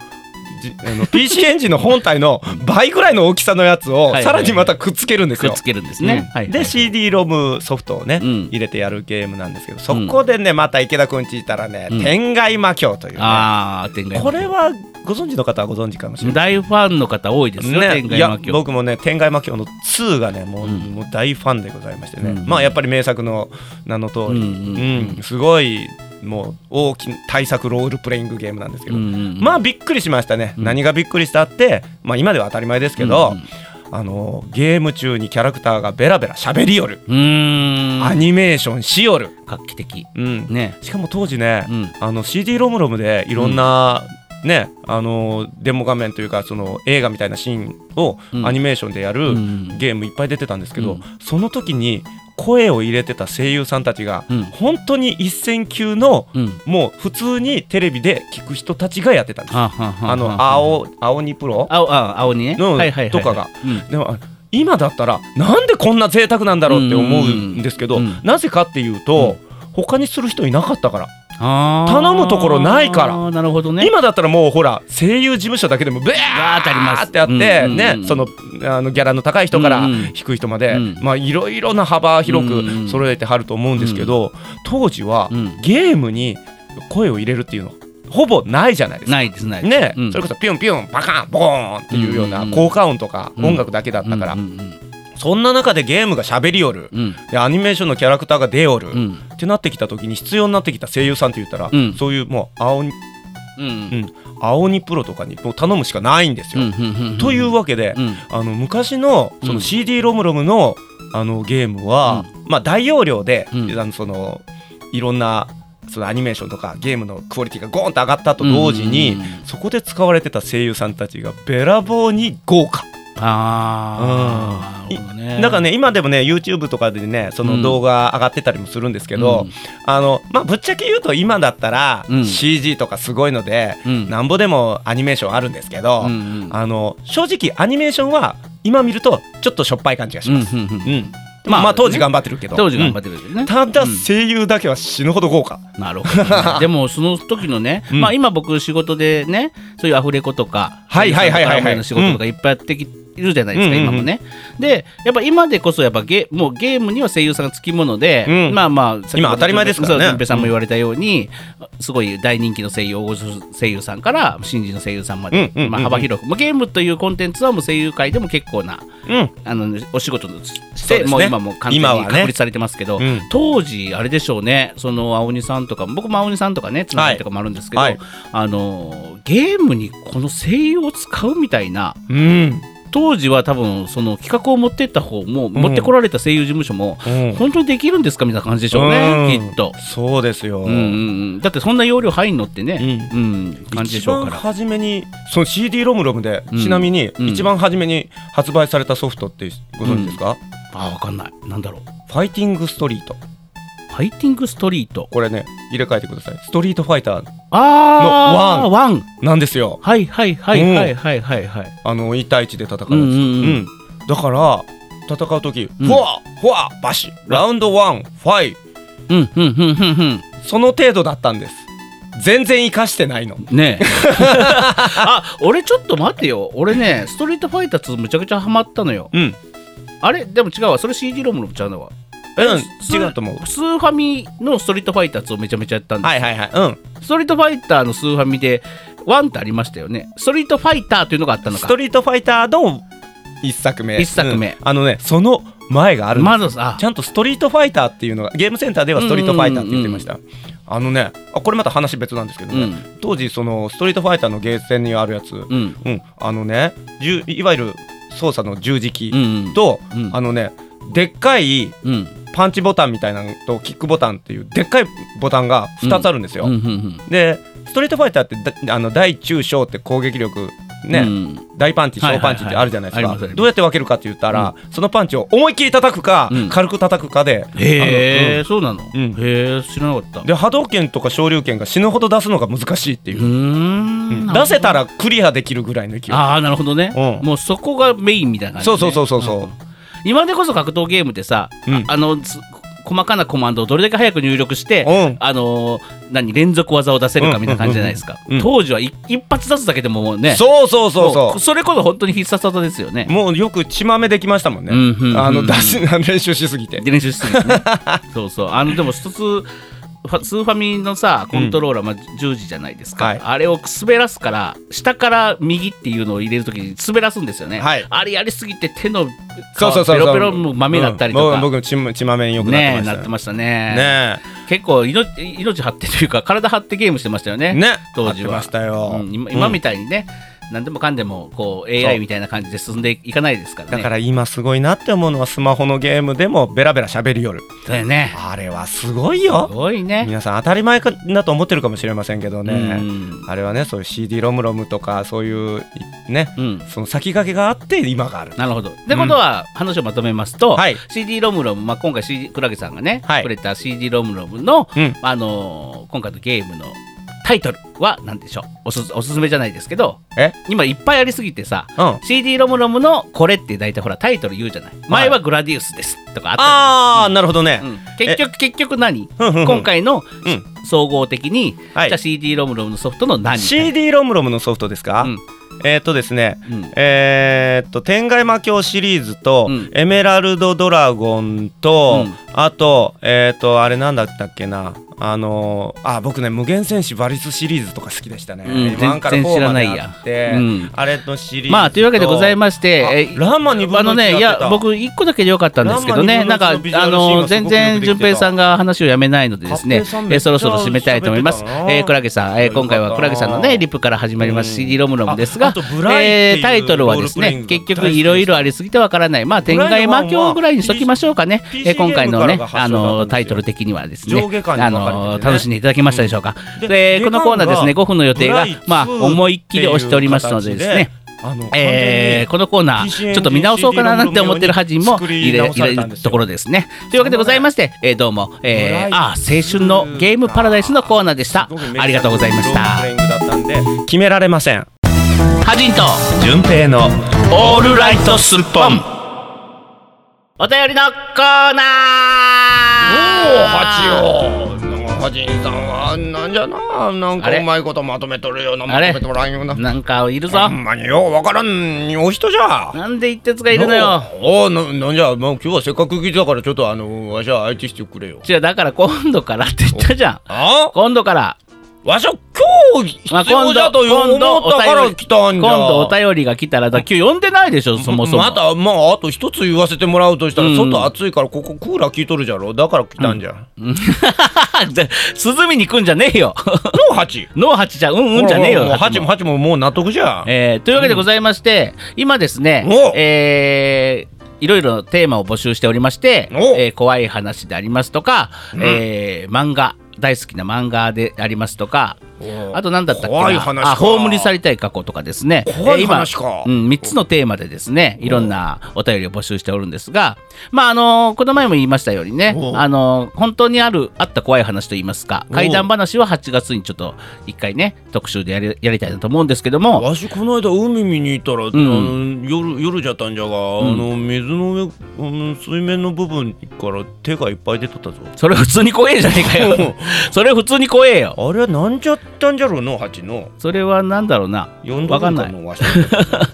B: じ、あの PC エンジンの本体の倍ぐらいの大きさのやつを
A: いはい
B: さらにまたくっつけるんです
A: くっ
B: よ
A: つけるんですね、
B: うん
A: はいはい
B: で CD ロムソフトをね、
A: うん
B: 入れてやるゲームなんですけどそこでねまた池田くんちいたらね、
A: うん
B: 天外魔境というね
A: ああ天外
B: これはご存知の方はご存知かもしれない。
A: 大ファンの方多いですよ、
B: ね、
A: 天
B: い
A: 外
B: や
A: 魔境
B: 僕もね天外魔境の2がねもう,、
A: うん
B: もう大ファンでございましてね、
A: うん
B: まあやっぱり名作の名の通り、
A: うんうん
B: うんすごいもう大きな大作ロールプレイングゲームなんですけ
A: うん
B: ど、
A: うんうん
B: まあびっくりしましたね、
A: うん
B: 何がびっくりしたって、まあ、今では当たり前ですけど、あのゲーム中にキャラクターがベラベラ喋りよる、
A: うんうんう
B: ア
A: ーん
B: ニメーションしよる、
A: 画期的
B: うん
A: ね
B: しかも当時ね、
A: うん
B: あの CD ロムロムでいろんな、ねあのデモ画面というかその映画みたいなシーンを
A: うん
B: アニメーションでや
A: う
B: る
A: ん
B: ゲームいっぱい出てたんですけど、
A: うん
B: その時に声を入れてた声優さんたちが
A: うん
B: 本当に一線級の
A: うん
B: もう普通にテレビで聞く人たちがやってたんです。
A: はははは
B: あの青青にプロ
A: 青あ青にね
B: の
A: はいはいはいはい
B: とかが
A: うん
B: でもあ今だったらなんでこんな贅沢なんだろうって思うんですけど、
A: うんうんうん
B: なぜかっていうと、他にする人いなかったから。
A: あー
B: 頼むところないから
A: なるほどね
B: 今だったらもうほら声優事務所だけでもブワ
A: わーってありま
B: ー
A: す
B: ってあって
A: うんうんうん
B: ねそのあのギャラの高い人か
A: う
B: ら
A: んうん
B: 低い人まで
A: うん
B: まあいろいろな幅広
A: うんうん
B: く揃えてはると思うんですけど当時は
A: うん
B: ゲームに声を入れるっていうのほぼないじゃないですか。
A: ないですないです
B: ね
A: うん
B: それこそピュンピュンパカンボーンっていうよう
A: う
B: な
A: う
B: ん
A: ん
B: 効果音とか
A: うん
B: 音楽だけだったから
A: うんうん
B: そんな中でゲームが喋りよる
A: うん
B: でアニメーションのキャラクターが出よる
A: うんう
B: っ
A: ん
B: てなってきた時に必要になってきた声優さんって言ったら
A: うん
B: そういうもう青に
A: うん
B: うん青にプロとかにもう頼むしかないんですよ。
A: うん
B: というわけで、
A: うん
B: あの昔のそうの
A: ん
B: CD ロムロムのあのゲームは、まあ、大容量で、
A: うん
B: あのそのいろんなそのアニメーションとかゲームのクオリティがゴーンと上がったと同時に、
A: うんうんうん
B: そこで使われてた声優さんたちがべらぼうに豪華。
A: あーなるほどね
B: なんかね今でもね YouTube とかでねその動画上がってたりもするんですけど、
A: うん
B: あのまあぶっちゃけ言うと今だったら
A: うん
B: CG とかすごいので、
A: うん
B: なんぼでもアニメーションあるんですけど、
A: うんうん
B: あの正直アニメーションは今見るとちょっとしょっぱい感じがし
A: うんう
B: ま
A: ん
B: す。
A: うん
B: うん
A: ま
B: ま
A: あ
B: あ、当時頑張ってるけど
A: 当時頑張っ
B: って
A: るけどね
B: た、ただ
A: うん
B: 声優だけは死ぬほど豪華、
A: なるほど ねでもその時のね、
B: うん
A: まあ今僕仕事でねそういうアフレコとか
B: はいはいはいはいはい
A: アニメの仕事とかいっぱいやってきてるじゃないですか、
B: うんうんうん
A: 今もねでやっぱ今でこそやっぱゲもうゲームには声優さんがつきもので、
B: うん
A: まあまあ
B: 今当たり前ですからね
A: ぺさんも言われたように、すごい大人気の声優大御所声優さんから新人の声優さんまで、
B: うんうんうんうん
A: まあ、幅広く、まあ、ゲームというコンテンツはもう声優界でも結構な
B: うん、
A: あのお仕事とし
B: そう
A: て、
B: です
A: も
B: ね
A: う今もう完全に
B: 今はね
A: 確立されてますけど、
B: うん
A: 当時あれでしょうねその青鬼さんとか僕も青鬼さんとかねつながりとかもあるんですけど、
B: はい
A: あのゲームにこの声優を使うみたいな
B: うん
A: 当時は多分その企画を持ってった方も
B: ん
A: 持ってこられた声優事務所も、本当にできるんですかみたいな感じでしょうね、
B: うん
A: きっと、
B: そうですよ、
A: うんうんうん、だってそんな容量入んのってね、うん感じで
B: 一
A: しょう
B: 番
A: から。
B: 初めにその CD ロムロムで、
A: うん
B: ちなみに
A: うん
B: 一番初めに発売されたソフトってご存知ですか、
A: あわかんないなんだろう
B: ファイティングストリート
A: ファイティングストリート
B: これね入れ替えてくださいストリートファイター
A: あ
B: の
A: ーワン
B: なんですよ
A: はいはいはいはいはいはいはい
B: あの1対1で戦うやつ、
A: うんうんうん
B: だから戦う時、
A: うん
B: フォアフォアバシラウンドワンファイ
A: うんうんうんうん
B: その程度だったんです全然生かしてないの
A: うん ねえあ俺ちょっと待ってよ俺ねストリートファイター2むちゃくちゃハマったのよ
B: うん
A: あれでも違うわそれ CD ロムのちゃうのわ
B: うん
A: す
B: 違うと思う
A: スーファミのストリートファイター2をめちゃめちゃやったんです、
B: はいはいはいうん
A: ストリートファイターのスーファミでワンってありましたよねストリートファイターというのがあったの
B: ス
A: か
B: トリートファイターの一作目
A: 一作目
B: うんあのねその前があるんです
A: まずさ
B: ちゃんとストリートファイターっていうのがゲームセンターではストリートファイターって言ってました、あのねあこれまた話別なんですけどね、
A: うん
B: 当時そのストリートファイターのゲーセンにあるやつ、うん
A: うん
B: あのねじゅいわゆる操作の十字キ
A: うん
B: ー
A: うん
B: と、
A: うん
B: あのねでっかい
A: うん
B: パンチボタンみたいなのとキックボタンっていうでっかいボタンが2つあるんですよ、
A: うんうん
B: でストリートファイターってだあの大中小って攻撃力
A: うん
B: ね、
A: うん
B: 大パンチ
A: はい
B: 小
A: はいはい
B: パンチってあるじゃないです
A: ありますあ
B: か
A: ります
B: どうやって分けるかって言ったら、そのパンチを思いっきり叩くか、
A: うん
B: 軽く叩くかで
A: へえ、そうなの、
B: うん
A: へえ知らなかった
B: あので波動拳とか昇竜拳が死ぬほど出すのが難しいってい
A: う、
B: う
A: ーん
B: 出せたらクリアできるぐらいの勢い
A: ああなるほどね、
B: うん
A: もうそこがメインみたいな感じ、ね、
B: そうそうそうそうそうん
A: 今でこそ格闘ゲームってさ、あ
B: うん
A: あのす細かなコマンドをどれだけ早く入力して、
B: うん
A: あのー何連続技を出せるかみたいな感じじゃないですか、
B: うんうんうんうん
A: 当時はい一発出すだけでももうね
B: そうそうそう
A: も
B: そう
A: それこそ本当に必殺技ですよね
B: うもうよく血まめできましたもんね、
A: うんうんうん
B: あの出し練習しすぎて
A: で練習してるんですね そうそうあのでも一つファスーファミのさコントローラー、まあ、10時じゃないですか、
B: はい
A: あれを滑らすから下から右っていうのを入れるときに滑らすんですよね、
B: はい
A: あれやりすぎて手の皮
B: そうそうそうそう
A: ペロペロも豆だったりと
B: うん
A: か、
B: 僕僕血ま血まめによくなって
A: ね
B: ま
A: え
B: した
A: なってま
B: し
A: したね
B: ね
A: 結構いの命張ってというか体張ってゲームしてましたよね
B: えね
A: 当時は
B: なってましたよ、
A: うん今今み
B: た
A: たいにね、何でもかんでもこう
B: そう
A: AI みたいな感じで進んでいかないですからね
B: だから今すごいなって思うのはスマホのゲームでもベラベラ喋りよる
A: だよね
B: あれはすごい
A: す
B: よ
A: ごいね
B: 皆さん当たり前かだと思ってるかもしれませんけど
A: う
B: ね
A: ん
B: あれはねそういう CD ロムロムとかそういうね
A: うん
B: その先駆けがあって今がある
A: なるほど。ってことは、話をまとめますと、
B: はい
A: CD ロムロム、まあ、今回 CD クラゲさんがね、
B: はい
A: くれた CD ロムロムの、
B: うん
A: あのー今回のゲームのタイトルは何でしょうおすすおすすめじゃないですけど
B: え
A: 今いっぱいありすぎてさ、
B: うん
A: CD ロムロムのこれって大体ほらタイトル言うじゃない前はグラディウスですとかあったじゃない
B: ああなるほどね
A: うん結局結局何
B: ふんふんふん
A: 今回の
B: うん
A: 総合的に、
B: はい
A: じゃあ CD ロムロムのソフトの何
B: CD ロムロムのソフトですか
A: うん
B: えっとですね
A: うん
B: えーっと天外魔境シリーズと
A: うん
B: エメラルドドラゴンと
A: うん
B: あとえーっとあれなんだったっけなあのーあ僕ね無限戦士バリスシリーズとか好きでしたね
A: うん
B: 1から
A: 全然知
B: 4
A: ら
B: ま
A: ない
B: で
A: や
B: あって
A: うん
B: あれのシリーズ
A: まあというわけでございまし
B: あ
A: て、えー
B: ラーマン2分の1
A: あのね、い
B: やって
A: や
B: た、
A: 僕、1個だけでよかったんですけどね、な
B: ラ
A: ん
B: ーマ
A: か、
B: ン
A: あ
B: 二分の一のビジュアルシーン
A: の
B: がす
A: 全
B: ごくよくでき
A: 然、
B: てた
A: 淳平さんが話をやめないのでですね、え
B: 勝平さんめ
A: ー
B: っちゃ
A: そろそろ締めたいと思います。
B: 喋ってたな
A: えークラゲさん、えー今回はクラゲさんの
B: よかったな
A: ね、リップから始まります
B: うん
A: CD ロムロムです
B: ああ
A: が
B: とブライって
A: え
B: いう
A: ー、タイトルはです
B: ロー
A: ね、
B: ルプレイング
A: 結
B: が大好きで
A: 局、
B: す
A: いろいろありすぎてわからない、まあ、天外魔境ぐらいにしときましょうかね、
B: ブライ
A: えー
B: ンは
A: 今回の
B: PC
A: ね
B: ゲームからが、発
A: あ
B: 祥
A: の
B: だったんですよ
A: タイトル的にはです
B: 上下
A: ね、
B: 巻に
A: あ
B: 分かれててね
A: の楽しんでいただけましたでしょうか。
B: う
A: で
B: んで、
A: このコーナーですね、
B: 下巻が
A: 5分の予定が
B: ブライ、
A: まあ、
B: ツー
A: 思いっきり押しておりますのでです
B: っていう
A: ね
B: 形。あの
A: えーこのコーナー、ちょっと見直そうかななんて思ってる派人も
B: 作
A: い
B: り
A: る
B: 直
A: い
B: されたん
A: る
B: ですよ
A: ところですね。というわけでございまして、えーどうも、えーああ、青春のゲームパラダイスのコーナーでした。ありがとうございました。
B: 決められません
A: 派人と、
B: 順平の
A: オールライトスッポン。お便りのコーナ
B: お
A: ー
B: お八王ハジンさんはなんじゃななん
A: あ
B: か
A: れ
B: うまいことまとめとるようなま
A: あ
B: と
A: れ
B: めとらんような
A: なんかいる
B: ほ
A: ぞ。
B: んまにようわからんお人じゃ
A: なんで一徹がいるのよ。
B: おおななんじゃもう今日はせっかく聞いたからちょっとあのわしは相手してくれよ
A: じゃあだから今度からって言ったじゃん。
B: あ
A: 今度から。
B: わしは今日必
A: まあ
B: 要じゃと思ったから来たんじゃ
A: 今度お便りが来たらだ今日呼んでないでしょそもそも
B: またまああと一つ言わせてもらうとしたら、
A: うん
B: 外暑いからここクーラー効いとるじゃろだから来たんじゃん、
A: で涼みに行くんじゃねえよ
B: の八
A: ノーハチじゃうんうんじゃねえよ
B: もう八も八ももう納得じゃん
A: えーというわけでございまして、今ですね
B: お、
A: えーいろいろテーマを募集しておりまして、
B: お
A: えー怖い話でありますとか、えー漫画大好きな漫画でありますとか
B: おう
A: あと何だったっけな
B: 怖い話か
A: あ葬り去りたい過去とかですね
B: 怖い
A: えー今
B: 話か
A: うん、3つのテーマでですねいろんなお便りを募集しておるんですが、まああのこの前も言いましたようにね
B: おう
A: あの本当にあるあった怖い話といいますか
B: おう
A: 怪談話は8月にちょっと一回ね特集でやりやりたいなと思うんですけども
B: わしこの間海見に行ったら、
A: ん
B: あの夜夜じゃったんじゃが、あの水の上、うん、水面の部分から手がいっぱい出とったぞ
A: それ普通に怖えじゃねえかよそれ普通に怖えよ
B: あれはなんじゃったんじゃろうの蜂の
A: それは何だろうな
B: 呼ん
A: わかんない
B: のわし
A: というわ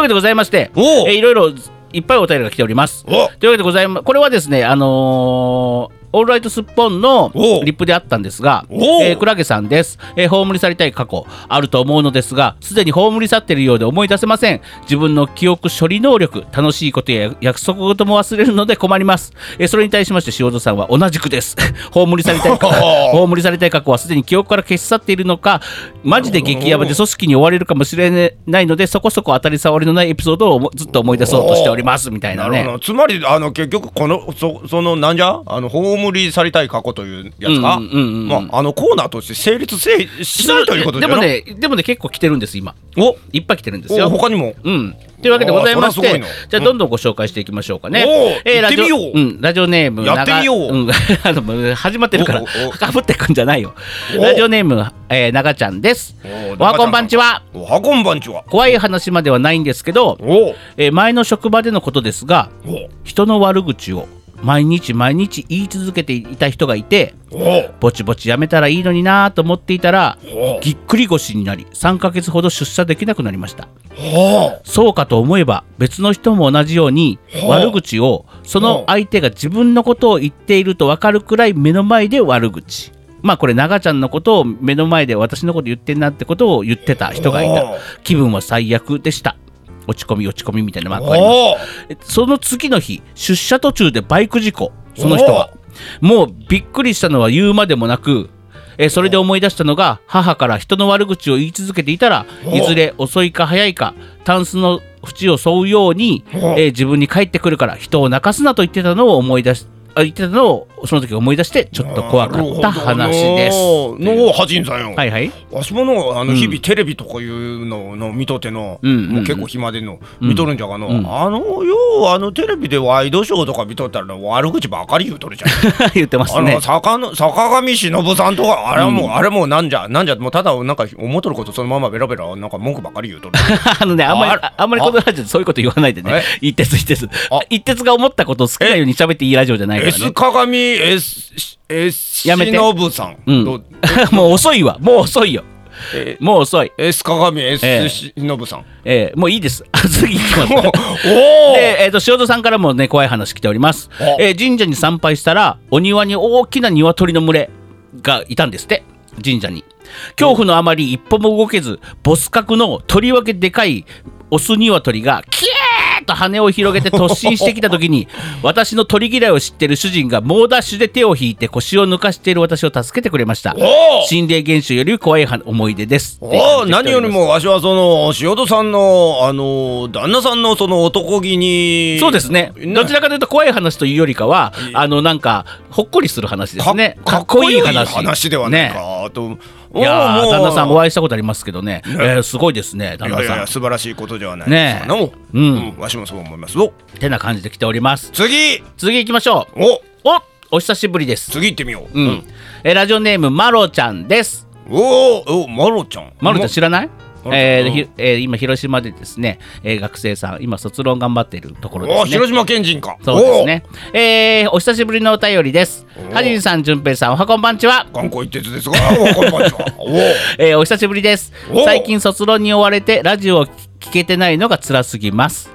A: けでございまして
B: おう
A: えーいろいろいっぱいお便りが来ております
B: お
A: というわけでございます。これはですね、あのーオールライトスッポンの
B: おう
A: リップであったんですが、
B: おう
A: えークラゲさんです、えー葬り去りたい過去あると思うのですが、すでに葬り去っているようで思い出せません。自分の記憶処理能力、楽しいことや約束事も忘れるので困ります。えーそれに対しまして塩戸さんは同じくです。 葬り去りたい過去、葬り去りたい過去はすでに記憶から消し去っているのか、マジで激ヤバで組織に追われるかもしれないので、そこそこ当たり障りのないエピソードをずっと思い出そうとしておりますみたいな
B: な
A: ね
B: る。ほどつまりあの結局このそそのなんじゃあの葬り去りたい過去というやつか、
A: うんうんうんうん
B: まあ、あのコーナーとして成立せいしないということ
A: で
B: じゃな
A: もね、でもね、結構来てるんです、今。
B: お
A: いっぱい来てるんです
B: お
A: よ。
B: 他にも
A: うん。というわけでございまし
B: おーそ
A: て、
B: れはすごいな
A: じゃあどんどんご紹介していきましょうかね。
B: おー
A: ラジオ、
B: 行ってみようん
A: ラジオネーム、
B: やってみよう
A: 長ん あのもう始まってるから
B: おおお、
A: かぶってくんじゃないよ。
B: お
A: ラジオネーム、えー、長ちゃんです
B: おー。
A: おはこんばんちは。
B: おはこんばんちは
A: 怖い話まではないんですけど、
B: おう
A: えー前の職場でのことですが、
B: おう
A: 人の悪口を毎日毎日言い続けていた人がいて、
B: おう
A: ぼちぼちやめたらいいのになぁと思っていたら
B: ほう
A: ぎっくり腰になり3ヶ月ほど出社できなくなりました
B: おう
A: そうかと思えば別の人も同じように
B: ほう
A: 悪口をその相手が自分のことを言っていると分かるくらい目の前で悪口まあこれ長ちゃんのことを目の前で私のこと言ってんなってことを言ってた人がい
B: ほ
A: た
B: う
A: 気分は最悪でした落ち込み落ち込みみたいなマークがあります
B: おう
A: その次の日出社途中でバイク事故その人はもうびっくりしたのは言うまでもなくえーそれで思い出したのが母から人の悪口を言い続けていたら
B: お
A: いずれ遅いか早いかタンスの縁を沿うように、え
B: お
A: ー自分に返ってくるから人を泣かすなと言ってたのを思い出しあ言ってたのをその時思い出してちょっと怖かった話です。
B: のう、はじんさんよ。
A: はいはい、
B: わしもの、あ
A: う
B: の、
A: ん
B: 日々テレビとかいうのを、の見とっての、
A: うんうんうん
B: もう結構暇での、
A: うん
B: 見とるんじゃがの、
A: うん
B: あの、よう、あの、テレビでワイドショーとか見とったらの、悪口ばっかり言うとるじゃん。
A: 言ってます
B: あ
A: ね
B: の、。坂の、坂上忍さんとか、あれはもう、あれもうなんじゃ、なんじゃ、もうただ、なんか、思っとることそのままベラベラ、なんか文句ばっかり言うとる。
A: あのね、あんまり、
B: あ
A: ああんまりこのラジオでそういうこと言わないでね。一徹一徹
B: あ。
A: 一徹が思ったことを好きなように喋っていいラジオじゃないから
B: S
A: ね。
B: 鏡 S、S
A: やめて
B: 忍さん。
A: うん
B: ど
A: もう遅いわ。もう遅いよ。
B: え
A: もう遅い。
B: S 鏡
A: ええ
B: S 忍さん。
A: えーもういいです。次行きます。
B: おお
A: で、えーと塩戸さんからもね怖い話来ております
B: お、
A: えー神社に参拝したらお庭に大きな鶏の群れがいたんですって神社に恐怖のあまり一歩も動けずボス格のとりわけでかいオス鶏がキエーッと羽を広げて突進してきた時 に私の鳥嫌いを知ってる主人が猛ダッシュで手を引いて腰を抜かしている私を助けてくれました
B: お
A: 心霊現象より怖いは思い出ですって
B: おお
A: 感じております
B: 何よりもわしはその塩戸さんのあの旦那さんのその男気に
A: そうですね。どちらかというと怖い話というよりかは、あのなんかほっこりする話です
B: か
A: ね。
B: かっこいい話ではないか、
A: ね
B: と
A: いやー
B: おー
A: 旦那さんお会いしたことありますけどね。えーすごいですね、旦
B: い
A: 那
B: やい
A: さ
B: や
A: ん。
B: いや素晴らしいことではない
A: ねえ
B: ですかな
A: うん
B: うんわしもそう思いますお
A: てな感じで来ております。
B: 次
A: 次行きましょう。
B: お
A: お、お久しぶりです。
B: 次行ってみよう、
A: うん。えーラジオネームマロちゃんです。
B: おーおマロちゃん
A: マロちゃん知らない？
B: ま
A: え
B: マロち
A: ー
B: ゃん
A: ひえー今広島でですね、えー学生さん今卒論頑張っているところで
B: お
A: すね
B: 広。島県人か
A: そうですね。えーお久しぶりのお便りです
B: お。ー
A: はじんさん、じゅんぺいさん、おはこんばんちは。
B: おー頑固一徹ですがおーこんばん ちはおー
A: えーお久しぶりです
B: おう
A: 最近卒論に追われてラジオを聞けてないのが辛すぎます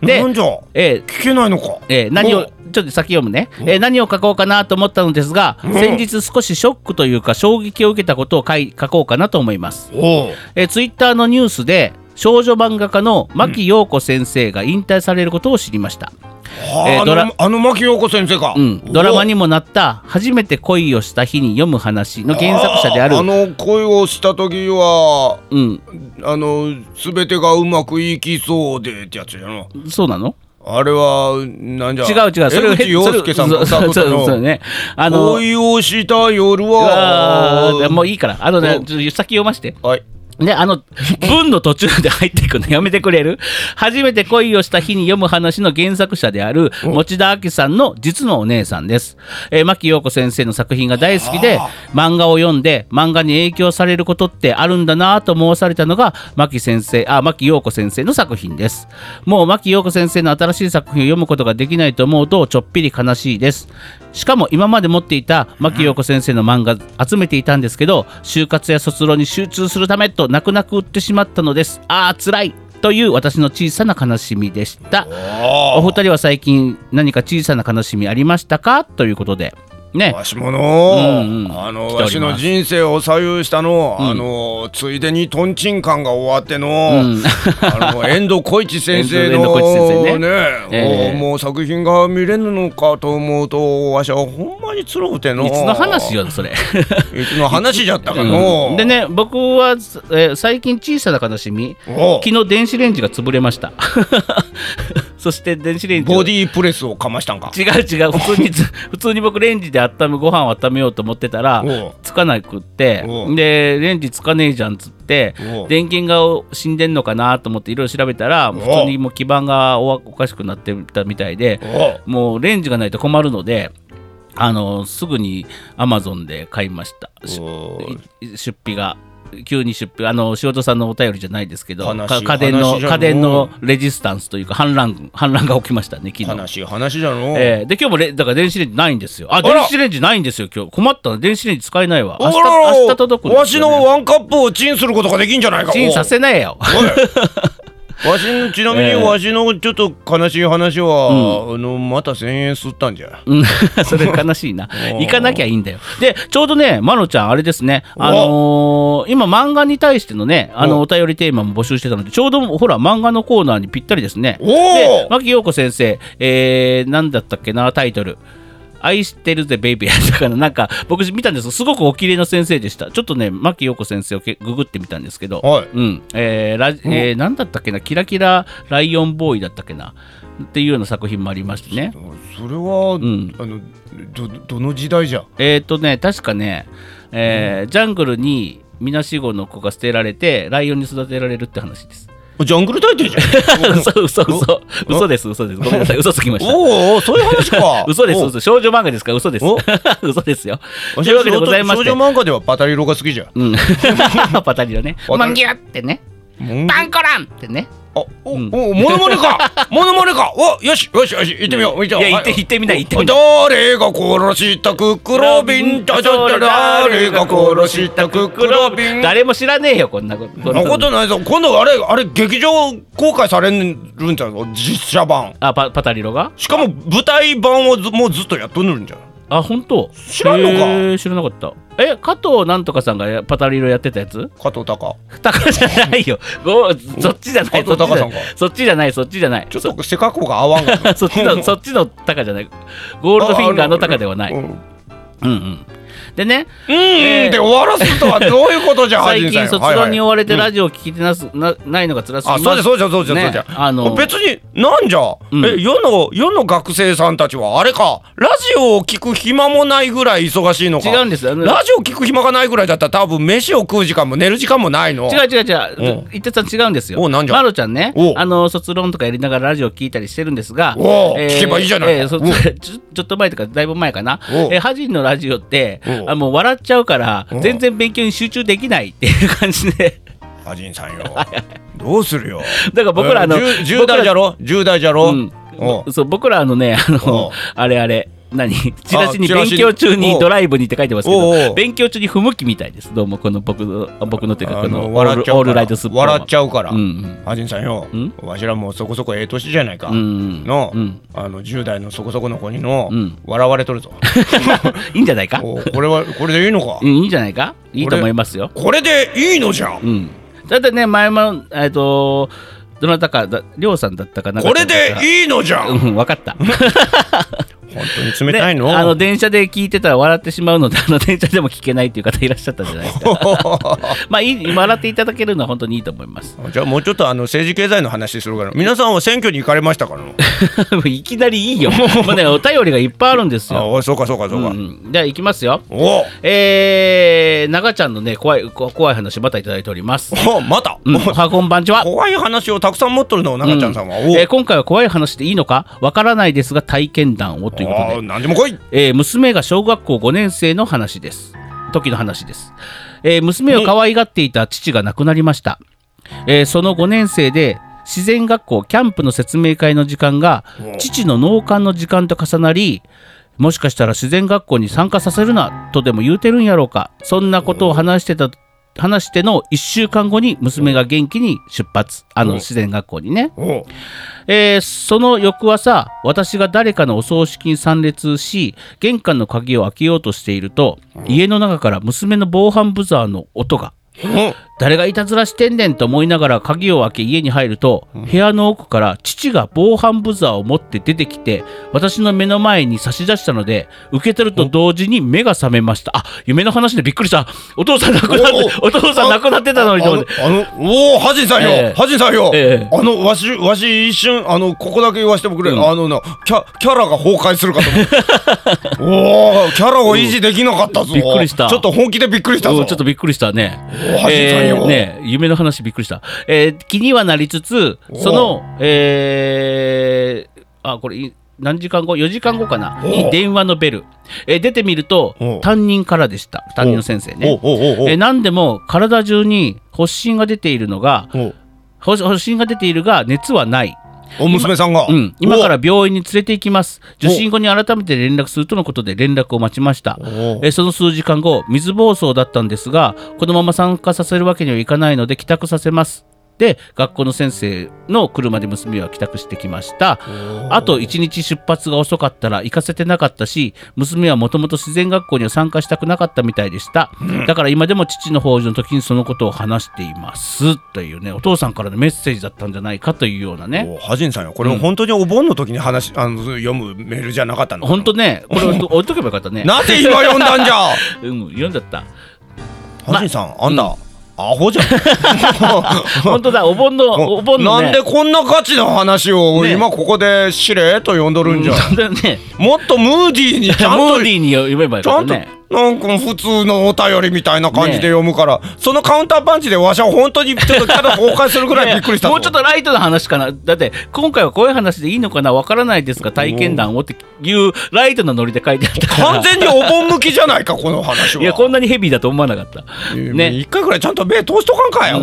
A: で
B: なんじゃ聞
A: えー
B: けないのか
A: えー何
B: お
A: をちょっと先読むね、えー何を書こうかなと思ったのですが
B: ん
A: 先日少しショックというか衝撃を受けたことを書い書こうかなと思います、
B: おー
A: えー、ツイッターのニュースで少女漫画家の牧陽子先生が引退されることを知りました、
B: あ
A: えー
B: ーあ
A: ドラ
B: のあの牧陽子先生か、
A: うん、ドラマにもなった「初めて恋をした日に読む話」の原作者である
B: あの恋をした時は
A: うん、
B: あの全てがうまくいきそうでってやつやな
A: そうなの
B: あれはなんじゃ
A: 違う違う、それを
B: 江口洋介さんが歌っ
A: そ
B: と
A: う
B: った
A: そうそうそう
B: の
A: ね。あの、
B: 恋をした夜
A: あ
B: は
A: ーもういいから、あのね、
B: うん
A: ちょっと先読まして。
B: はい
A: ね、あの、 文の途中で入っていくのやめてくれる初めて恋をした日に読む話の原作者である持田明さんの実のお姉さんです。えー、牧陽子先生の作品が大好きで、漫画を読んで漫画に影響されることってあるんだなぁと申されたのが牧先生、あ、牧陽子先生の作品です。もう牧陽子先生の新しい作品を読むことができないと思うとちょっぴり悲しいです。しかも今まで持っていた牧陽子先生の漫画集めていたんですけど就活や卒論に集中するためと泣く泣く売ってしまったのですあー辛いという私の小さな悲しみでしたお二人は最近何か小さな悲しみありましたかということでね
B: わしもの、
A: うんうん
B: あ
A: 来てお
B: の
A: ります
B: わしの人生を左右したの、
A: うん
B: あのついでにとんちん感が終わっての、
A: うん
B: あの遠藤浩一先生の
A: 遠藤遠藤浩一先生ねええ
B: ねもう作品が見れぬのかと思うとわしはほんまにつろうての
A: いつの話よそれ、
B: いつの話じゃったかの、
A: うんでね僕は、えー最近小さな悲しみ
B: お
A: 昨日電子レンジが潰れました そして電子レンジを
B: ボディープレスをかましたんか
A: 違う違う普通に 普通に僕レンジで温めご飯を温めようと思ってたら
B: おう
A: つかなくって
B: おう
A: でレンジつかねえじゃんっつって
B: おう
A: 電源が死んでんのかなと思っていろいろ調べたら普通にもう基板がおわおかしくなってたみたいで
B: お
A: もうレンジがないと困るのであのすぐにアマゾンで買いましたし
B: お
A: い出費が。急に出費あの塩田さんのお便りじゃないですけど
B: 悲しい
A: か家電の
B: 話じゃの
A: 家電のレジスタンスというか反乱反乱が起きましたね昨日
B: 悲しい話じゃの、
A: えーで今日もレだから電子レンジないんですよ。あ
B: あら
A: 電子レンジないんですよ今日困ったな電子レンジ使えないわ。明
B: あ
A: 日
B: らら
A: 明日届くん
B: わ
A: です
B: し
A: よね
B: のワンカップをチンすることができんじゃないか
A: チンさせないよ。
B: おいわしのちなみに
A: ええ
B: わしのちょっと悲しい話は、あのまた千円吸ったんじゃ
A: うん それ悲しいな
B: おー
A: 行かなきゃいいんだよでちょうどねまのちゃんあれですねあのー今漫画に対してのねあの
B: お
A: お便りテーマも募集してたのでちょうどほら漫画のコーナーにぴったりですね
B: お
A: で
B: ー
A: 牧陽子先生えー、何だったっけなタイトル愛してるぜベイ ビーやったかななんか僕見たんですすごくお綺麗な先生でしたちょっとね牧陽子先生をけググってみたんですけど、
B: はい
A: うんえーラジえー何だったっけなキラキラライオンボーイだったっけなっていうような作品もありましてね
B: それは、
A: ん
B: あのどどの時代じゃ
A: えっ、ー、とね確かね、えージャングルにみなしごの子が捨てられてライオンに育てられるって話です。
B: ジャングル大帝じ ゃ
A: 嘘嘘嘘嘘です嘘ですごめんなさい嘘つきました。
B: おおそういう話か
A: 嘘です
B: お
A: 嘘です少女漫画ですから嘘です
B: お
A: 嘘ですよ。
B: わ
A: と
B: し
A: いう
B: は
A: わけでございまし
B: 少
A: て
B: 女。漫画ではパタリロが好きじゃ
A: うん パタリのね。
B: パタリ
A: マンギュってね。
B: もう
A: パンコランってね。
B: あお、
A: うん
B: おモノマ ネかモノマネかおよしよしよし行ってみよう
A: いや行って行ってみない行ってみない
B: 誰が殺したククロビンだだだ誰が殺したククロビン
A: 誰も知らねえよこんなこと。
B: そんなことないぞ今度あれあれ劇場公開されるんじゃぞ実写版
A: あパパタリロが
B: しかも舞台版をずもうずっとやっとるんじゃん
A: あ本当
B: 知らんのか
A: へー知らなかった。え加藤なんとかさんがパタリロやってたやつ
B: 加藤隆
A: タカじゃないよ。ごそっちじゃない。
B: あとタカさんか
A: そっちじゃない。そっちじゃない。
B: ちょっと背格好が合わ んが
A: そっち のそっちのタカじゃない。ゴールドフィンガーのタカではない。
B: う
A: うん
B: ん、う
A: う
B: ん
A: ん。でね、
B: で終わらすとはどういうことじ ゃ
A: 最
B: ハ
A: 近
B: ジンさん
A: 卒
B: はいはい
A: 論に追われてラジオを聞いてなすなないのが辛すぎま
B: あ
A: す。
B: そうじゃそうじゃそうじゃ、
A: ね
B: そうじゃ
A: あの
B: 別になんじゃ、
A: うん
B: え世の世の学生さんたちはあれかラジオを聞く暇もないぐらい忙しいのか
A: 違うんですよ。あの
B: ラジオ聞く暇がないぐらいだったら多分飯を食う時間も寝る時間もないの
A: 違う違う違
B: お
A: う、
B: う
A: 言ってた違うんですよ。
B: おうなんじゃ
A: まるちゃんね
B: おう、
A: あの卒論とかやりながらラジオ聞いたりしてるんですが、
B: おう聞けばいいじゃない
A: えーそ
B: おう
A: ちょちょっと前とかだいぶ前かな、
B: おう
A: えー、ハジンのラジオって
B: おう、
A: あもう笑っちゃうから
B: おう、
A: 全然勉強に集中できないっていう感じで、
B: アジンさんよどうするよ
A: だから 僕らあの、
B: えー10 10
A: 僕ら
B: 代じゃろ10代じゃろ、
A: うん
B: おう
A: そう僕らあのねあ
B: おう
A: のあれあれ何チラシに
B: チラ
A: 勉
B: シに
A: 強中
B: お
A: に
B: う
A: ドライブにって書いてますけ
B: おうお
A: ど
B: う
A: 勉強中に不向きみたいですどうもこの僕のあ僕のというか
B: あ
A: この
B: の
A: オー
B: 笑っちゃ
A: ル
B: う
A: オー
B: か
A: ルライ
B: ら
A: トスッポンは
B: 笑っちゃうから、
A: うんうん
B: アジンさんよ
A: ん
B: わしらもうそこそこええ年じゃないか、
A: うん
B: の、
A: うん
B: あの10代のそこそこの子にの、
A: うん
B: 笑われとるぞ
A: いいんじゃないか
B: おうこれはこれでいいのか
A: うんいいんじゃないかいいと思いますよ。
B: これでいいのじゃん
A: うん、だってね前もえっ、とどなたかだりょうさんだったかな
B: これでいいのじゃん
A: うん分かった
C: 本当に冷たいの
A: であの電車で聞いてたら笑ってしまうのであの電車でも聞けないっていう方いらっしゃったんじゃない ですかまあいい笑っていただけるのは本当にいいと思います
B: じゃあもうちょっとあの政治経済の話するから皆さんは選挙に行かれましたか の
A: いきなりいい よまあねお便りがいっぱいあるんです
B: あ
A: よ、
B: おいそうかそうかそううか、
A: ん、ではいきますよ
B: お
A: えー、長ちゃんのね怖いこ怖い話またいただいております
B: おおまた、
A: うん、おはこんばんちは
B: 怖い話をたくさん持ってるの長ちゃんさんは、おお、
A: えー今回は怖い話でいいのかわからないですが体験談をということで
B: あー何でも来い
A: えー娘が小学校5年生の話です時の話です、えー娘を可愛がっていた父が亡くなりました、えーその5年生で自然学校キャンプの説明会の時間が
B: うん
A: 父の納棺の時間と重なりもしかしたら自然学校に参加させるなとでも言うてるんやろうかそんなことを話してた話しての1週間後に娘が元気に出発あの
B: うん
A: 自然学校にね、
B: おう
A: えーその翌朝私が誰かのお葬式に参列し玄関の鍵を開けようとしていると家の中から娘の防犯ブザーの音が
B: うん
A: 誰がいたずらしてんねんと思いながら鍵を開け家に入ると部屋の奥から父が防犯ブザーを持って出てきて私の目の前に差し出したので受け取ると同時に目が覚めましたあ夢の話でびっくりしたお父さん亡くなって
B: お
A: お父さん亡くなってたのにと思って
B: あのあのおお、ハジンさんよ、
A: ええ
B: ハジンさんよ、
A: ええ
B: あのわし、わし一瞬、あのここだけ言わせてもくれ、
A: うん
B: あのなキャ、キャラが崩壊するか と思う。おお、キャラを維持できなかったぞ。
A: うんびっくりした
B: ちょっと本気でびっくりした
A: う
B: ぞ。
A: んちょっとびっくりしたね。
B: お恥ずかしいよ
A: ね夢の話びっくりした。えー気にはなりつつ、
B: お
A: その、えーあ、これ、い何時間後 ?4 時間後かな
B: お
A: に電話のベル。えー出てみると
B: お、
A: 担任からでした。担任の先生
B: お
A: ね
B: う。おうおうおう
A: えー何でも体中に発疹が出ているのが、
B: おう
A: 発発疹が出ているが、熱はない。
B: お娘さんが、
A: うん、今から病院に連れて行きます。受診後に改めて連絡するとのことで連絡を待ちました。
B: おう
A: えーその数時間後水暴走だったんですがこのまま参加させるわけにはいかないので帰宅させますで学校の先生の車で娘は帰宅してきましたあと1日出発が遅かったら行かせてなかったし娘はもともと自然学校には参加したくなかったみたいでした、だから今でも父の法事の時にそのことを話していますというねお父さんからのメッセージだったんじゃないかというようなね
B: おうハジンさんよ、これ本当にお盆の時に話、あの読むメールじゃなかったの。
A: 本当ねこれ置いとけばよかったね
B: なぜ今読んだんじ ゃ。
A: うん読んじゃ った
B: ハジンさん、あんな、ア ホじゃん。
A: 本当だお盆のお盆の、ね、
B: なんでこんなガチな話を
A: ね
B: 今ここでしれっと呼んどるんじゃ、
A: うんだね。
B: もっとムーディーにち
A: ム
B: ゃんと
A: ーディーに読めばよ
B: ち
A: か
B: ゃ
A: った
B: んと、
A: ね。
B: なんか普通のお便りみたいな感じで読むから、そのカウンターパンチでわしは本当にちょっとキ ャラ崩壊するぐらいびっくりし
A: い
B: たぞ
A: やもうちょっとライトな話かな。だって、今回はこういう話でいいのかなわからないですが、体験談をっていうライトなノリで書いてあったから。
B: 完全にお盆向きじゃないかこの話は。
A: いや、こんなにヘビーだと思わなかった。
B: ね
A: ね。
B: 一回ぐらいちゃんと目通しとかんかよ。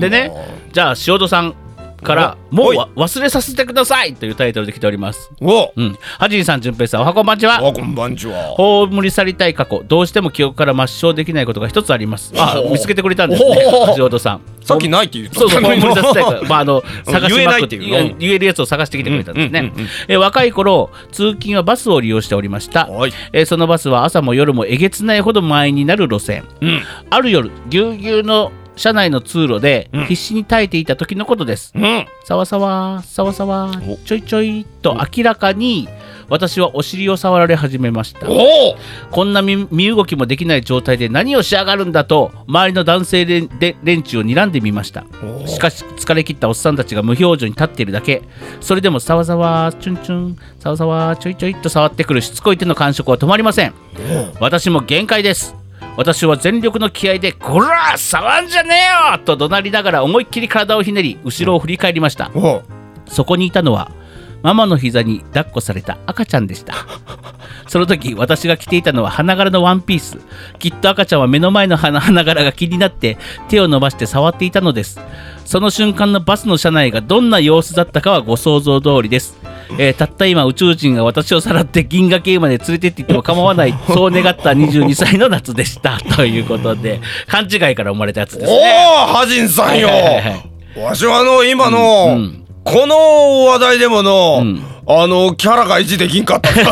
A: でね、じゃあ、塩戸さんから、
B: お
A: もうわ忘れさせてくださいというタイトルで来ております。
B: お
A: うん。はじいさん、じゅんぺいさん、おはこんばんちは。
B: あこんばんちは。
A: 葬り去りたい過去どうしても記憶から抹消できないことが一つありますあ
B: おー
A: 見つけてくれたんですね
B: おー
A: 橋本さん
B: さっきないって言ってた
A: そうそう葬り去りたい過 去まああの探
B: 言
A: し
B: え
A: ま
B: な
A: く
B: いっ
A: ってて
B: いう
A: 言えるやつを探してきてくれたんです
B: うんう
A: ね
B: んうんうん
A: え若い頃通勤はバスを利用しておりました
B: はい
A: えーそのバスは朝も夜もえげつないほど満員になる路線
B: うん
A: ある夜ぎゅうぎゅうの車内の通路で
B: うん
A: 必死に耐えていた時のことです
B: うん
A: さわさわさわさわ
B: お
A: ちょいちょいと明らかに私はお尻を触られ始めました
B: おお
A: こんな身身動きもできない状態で何をしやがるんだと周りの男性連で連中を睨んでみました
B: お
A: しかし疲れ切ったおっさんたちが無表情に立っているだけそれでもさわざわチュンチュンさわざわちょいちょいっと触ってくるしつこい手の感触は止まりません私も限界です私は全力の気合で「こら触んじゃねえよ!」と怒鳴りながら思いっきり体をひねり後ろを振り返りました
B: お
A: そこにいたのはママの膝に抱っこされた赤ちゃんでした その時私が着ていたのは花柄のワンピースきっと赤ちゃんは目の前の花花柄が気になって手を伸ばして触っていたのですその瞬間のバスの車内がどんな様子だったかはご想像通りです、えーたった今宇宙人が私をさらって銀河系まで連れてっていっても構わないそう願った22歳の夏でしたということで勘違いから生まれたやつです
B: おお
A: ね
B: ハジンさんよ
A: はいはいは。
B: わしはあの今
A: う
B: の、
A: ん
B: この話題でもの、
A: うん
B: あのキャラが維持できんかった。ちょっと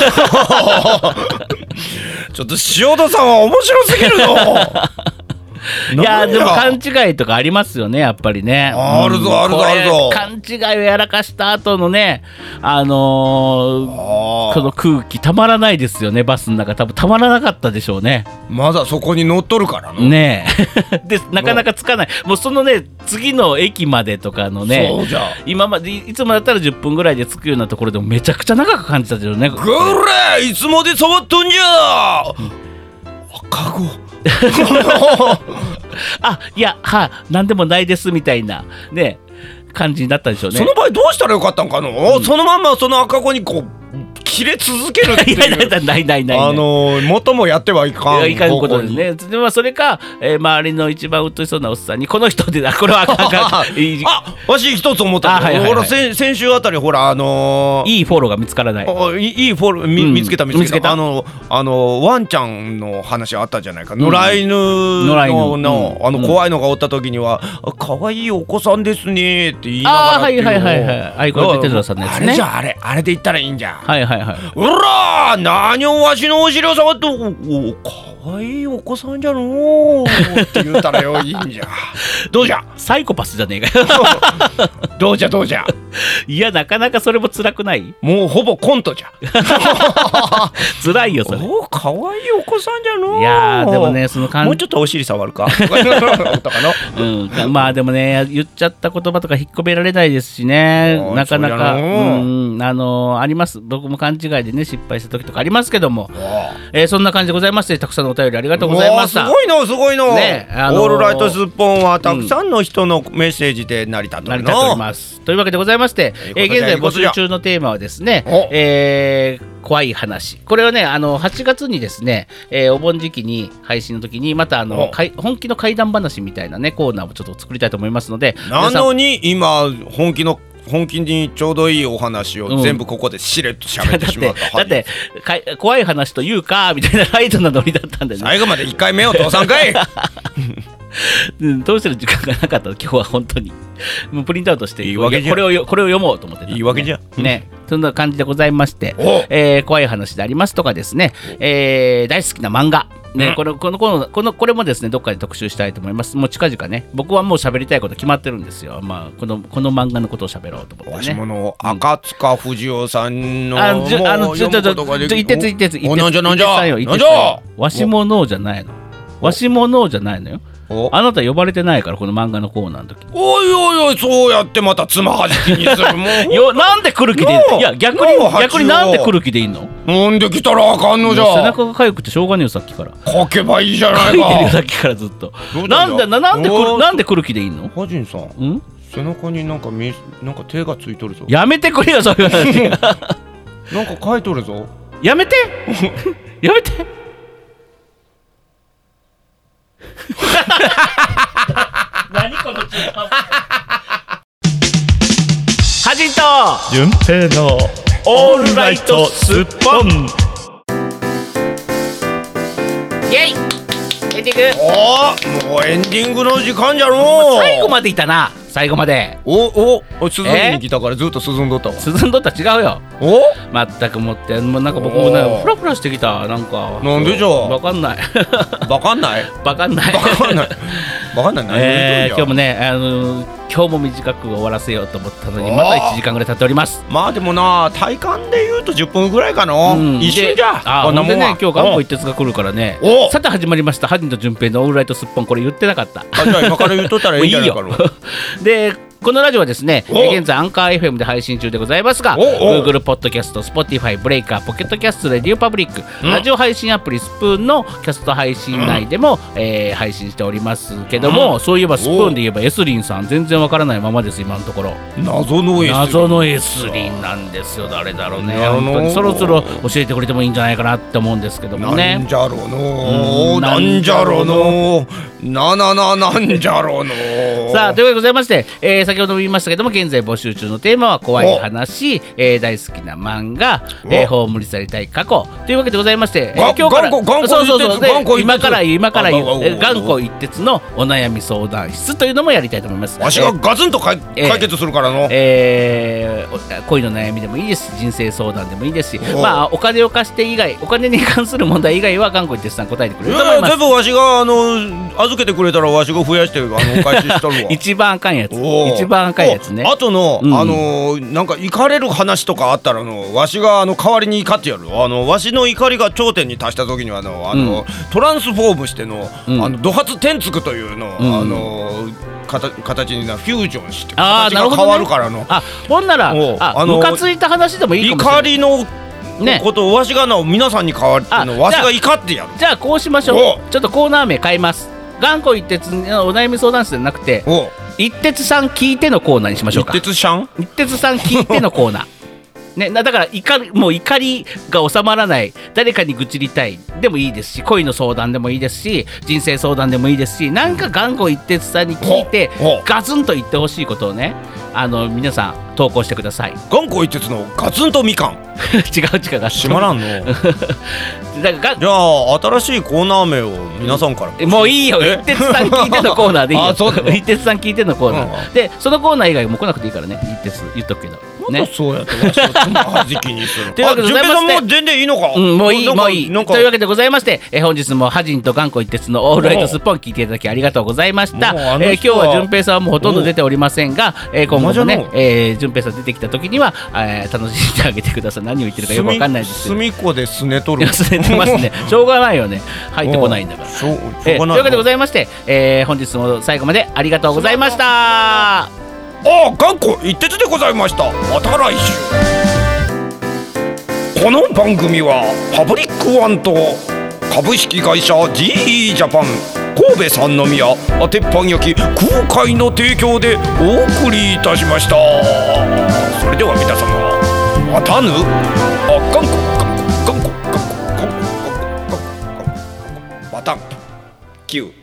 B: 塩田さんは面白すぎるぞ。
A: いやでも勘違いとかありますよねやっぱりね
B: あるぞあるぞあるぞ
A: これ勘違いをやらかした後のねあのー、
B: あ
A: この空気たまらないですよねバスの中多分たまらなかったでしょうね
B: ーまだそこに乗っとるからな、
A: ね えでなかなかつかないもうそのね次の駅までとかのね
B: そうじゃ
A: 今までいいつもだったら10分ぐらいで着くようなところでもめちゃくちゃ長く感じたけどね
B: ぐれいつまで触っとんじゃあか ご
A: あいやはなんでもないですみたいなね感じになったでしょうね
B: その場合どうしたらよかったんかの、そのまんまその赤子にこう切れ続けるっ て
A: い
B: いう
A: やいやいやないないないない
B: あのー、元もやってはい
A: い
B: か
A: や
B: ん
A: いかんことです
B: に
A: ね。でまあそれか、えー周りの一番鬱陶しそうなおっさんにこの人でなこれはあかんあ かんいい
B: あわし一つ思った
A: あはいはいはい
B: ほら先先週あたりほらあのー
A: いいフォローが見つからない。
B: あいいいいフォルみ
A: うん
B: 見つけた見つけた
A: 見つけた
B: あのあのワンちゃんの話あったじゃないか野良犬
A: 野良
B: の
A: 犬
B: の
A: うん
B: あの
A: うん
B: 怖いのがおった時には「あ可愛いお子さんですね」って言いなが
A: あ
B: ら
A: ーはいはいはいはい
B: ってうのを
A: アイコンテテトラさんのやつね
B: あれじゃあれあれで言ったらいいんじゃん
A: はいはいはい。
B: うらー何をわしのお尻を触っておお可愛いお子さんじゃのーって言うたらよいい んじゃどうじゃ
A: サイコパスじゃねえか よ。
B: どうじゃどうじゃ
A: いやなかなかそれも辛くない。
B: もうほぼコントじゃ
A: 辛いよそれ。
B: お可愛いお子さんじゃのー
A: いやーでもねその感
B: もうちょっとお尻 触るかとかの
A: うん、まあでもね言っちゃった言葉とか引っ込められないですしね
B: あー
A: なかなか
B: そううやなん
A: あのーあります僕も勘違いでね失敗した時とかありますけども、えーそんな感じでございましてたくさんのお便りありがとうございました
B: うわーすごいのすごいの、
A: ねあのー
B: オールライトスッポンはたくさんの人のメッセージで成り立って
A: 成
B: る
A: り立ってお
B: の、
A: ります。というわけでございまして、
B: いいこと
A: えー
B: じゃ
A: 現在
B: いいこ
A: 募
B: とじゃ
A: 集中のテーマはですね
B: お、
A: えー怖い話。これはね、あの8月にですね、えーお盆時期に配信の時に、またあの
B: お
A: かい本気の怪談話みたいなねコーナーもちょっと作りたいと思いますので、
B: な
A: 皆さん
B: のに今本気の本気にちょうどいいお話を全部ここでしれっと喋 って
A: だっ
B: しまってた、
A: だってかい怖い話というかみたいなライトなノリだったんでね、
B: 最後まで一回目を通さんか い
A: うんどうしてる時間がなかったの今日は本当に もうプリントアウトして
B: いいわけじゃん
A: これをよこれを読もうと思ってた
B: いいわけじゃん
A: ね、そんな感じでございまして
B: お、
A: えー怖い話でありますとかですね、えー大好きな漫画。
B: う
A: ね
B: ん、
A: このこのこのこのこれもですねどっかで特集したいと思います。もう近々ね、僕はもう喋りたいこと決まってるんですよ。まあこのこの漫画のことを喋ろうと思
B: わ
A: っ
B: しても
A: ね。
B: の赤塚不二夫さんの
A: あのじゅあ
B: も
A: の
B: う
A: ちょちょちょち
B: 読むこ
A: ょ
B: とができ
A: 一徹一徹一
B: お
A: 徹
B: なんじゃなんじ
A: 一徹さんよ
B: ゃ
A: 一
B: な
A: 徹
B: んじ
A: さ
B: ゃ
A: んわしものじゃないの。わしものじゃないのよ。
B: お
A: あなた呼ばれてないからこの漫画のコーナーの時。
B: おいおいおいそうやってまたつまはじきに するもう
A: よなんで来る気でいいの
B: よう
A: いや逆
B: よう
A: に
B: 八王
A: 逆になんで来る気でいいの
B: 飲んできたらあかんのじ
A: 背
B: ゃ
A: 中が痒くてしょうがねえよさっきから。
B: 書けばいいじゃな
A: 書い
B: い
A: てるよさ
B: か
A: っきからずっと
B: どう
A: な
B: だろ
A: ん
B: う
A: でななんでく
B: お
A: る
B: ー
A: なんで来る気でいいの
B: ハジンさん
A: ん
B: 背中になんかみなんか手がついとるぞ
A: やめてくれよそういう話
B: なんか書いとるぞ
A: や めてやめて 何この中途半端ハジンと
C: 順平のオールライトスッポン
A: イエイエンディング
B: ああもうエンディングの時間じゃろ
A: 最後までいたな最後まで
B: おおお進みに来たからずっと進んどったわ
A: 進んどったら違うよ
B: お
A: まったくもってもうなんか僕もなんか
B: おー
A: フラフラしてきたなんか
B: なんでじゃ
A: わかんない
B: わかんない
A: わかんない
B: わかんないわかんない何
A: えー、
B: 言
A: 今日
B: うとん
A: も
B: じゃ
A: ね、あのー今日も短く終わらせようと思ったのに
B: おー
A: また1時間ぐらい経っております。
B: まあでもな体感で言うと10分ぐらいかの
A: うん
B: 一瞬じ
A: であ
B: ゃ
A: ー
B: こんな
A: ほんで
B: もんは
A: ね、今日頑
B: お
A: 固一徹が来るからね
B: お
A: さて始まりました「ハジンと順平のオールライトスッポン」これ言ってなかった。
B: あじゃあ今から言うとったらいいんじゃないかろ
A: もういい でこのラジオはですね、え
B: お
A: ー現在アンカー FM で配信中でございますが、
B: おお
A: Google ポッドキャスト、Spotify、ブレイカー、ポケットキャスト、レディオパブリック、
B: ん
A: ラジオ配信アプリスプーンのキャスト配信内でも、えー配信しておりますけども、そういえばスプーンで言えばエスリンさん全然わからないままです今のところ。
B: 謎のエス
A: 謎のエスリンなんですよ誰だろうね
B: なるほど
A: 本当にそろそろ教えてくれてもいいんじゃないかなって思うんですけども
B: なん
A: ね
B: じゃろの
A: うん
B: なんじゃろのななななんじゃろの
A: さあというわけでございまして、えー先ほども言いましたけども現在募集中のテーマは怖い話、えー大好きな漫画、えー、葬り去りたい過去というわけでございまして、えー
B: が
A: 今日から
B: 頑固頑固
A: そうそうそう
B: 一徹頑固一
A: で
B: 徹
A: 今から今から言う
B: ああああああ
A: えー頑固一徹のお悩み相談室というのもやりたいと思います。
B: わしがガツンとかい
A: ええ
B: 解決するからの。
A: えーお恋の悩みでもいいですし人生相談でもいいですし
B: おう
A: まあお金を貸して以外お金に関する問題以外は頑固一徹さん答えてくれると思い
B: いや
A: ま
B: 全
A: す
B: 部わしがあの預けてくれたらわしが増やしてあのお返ししとる わ。
A: 一番あかんやつ
B: おー
A: 一番あかんやつね
B: おあとの、
A: うん
B: あのーなんか怒れる話とかあったらのわしがあの代わりに怒ってやるあのわしの怒りが頂点に達した時にはのあの、
A: うん
B: トランスフォームしての,、
A: うん
B: あの土発天竺というの、
A: うん
B: あのーかた形になフュージョンして
A: あー
B: 形
A: なるほどね
B: が変わるからの、
A: あほんなら
B: おう
A: あ、
B: あの
A: ムカついた話でもいいかもしれな
B: 怒
A: い
B: りの
A: ね
B: ことをわしがの皆さんに代わって
A: あ
B: のわしが怒ってやる。
A: じゃあこうしまし
B: お
A: ょうちょっとコーナー名変えます頑固一徹のお悩み相談室じゃなくて
B: おう
A: 一徹さん聞いてのコーナーにしましょう
B: 一
A: か
B: 徹シャン
A: 一徹さん聞いてのコーナ ーね、なだから怒りもう怒りが収まらない誰かに愚痴りたいでもいいですし恋の相談でもいいですし人生相談でもいいですしなんか頑固一徹さんに聞いて
B: おお
A: ガツンと言ってほしいことをねあの皆さん投稿してください 違
B: 頑固一徹のガツンとみかん
A: う違うガツ
B: し
A: ン
B: まらんのじ
A: だからが
B: ゃあ新しいコーナー名を皆さんから
A: もういいよ
B: え
A: 一徹さん聞いてのコーナーでいいよ
B: あそうなの
A: 一徹さん聞いてのコーナ
B: うん
A: ー、でそのコーナー以外も来なくていいからね一徹言っとくけど
B: なん
A: ね
B: でそう やってわしをつまはじきにするの
A: というわけでございまして
B: あ順平さんも全然いいのか、
A: うん、もういい、
B: なん
A: も
B: か
A: ういい。
B: なんか
A: というわけでございまして、えー本日もハジンと頑固一徹のオールライトスッポン聞いていただきありがとうございました。
B: もうあの人は
A: えー今日は順平さんはもうほとんど出ておりませんが、えー今後も
B: お前
A: ね
B: じ、
A: えー、順平さん出てきた時には、えー楽しんであげてください。何を言ってるかよくわかんないですけど。
B: 隅っこで拗ね とる
A: 忘れてますね。しょうがないよね。入ってこないんだから。
B: しょうし
A: えー
B: ょ
A: とい
B: うがな
A: う
B: い
A: わけでございまして、えー本日も最後までありがとうございました。
B: ああ頑固一徹でございましたまた来週この番組はパブリックワンと株式会社 GE ジャパン神戸三宮あ鉄板焼き空海の提供でお送りいたしましたそれでは皆様またぬあ頑固頑固頑固頑固頑固頑固頑固頑固またんキュー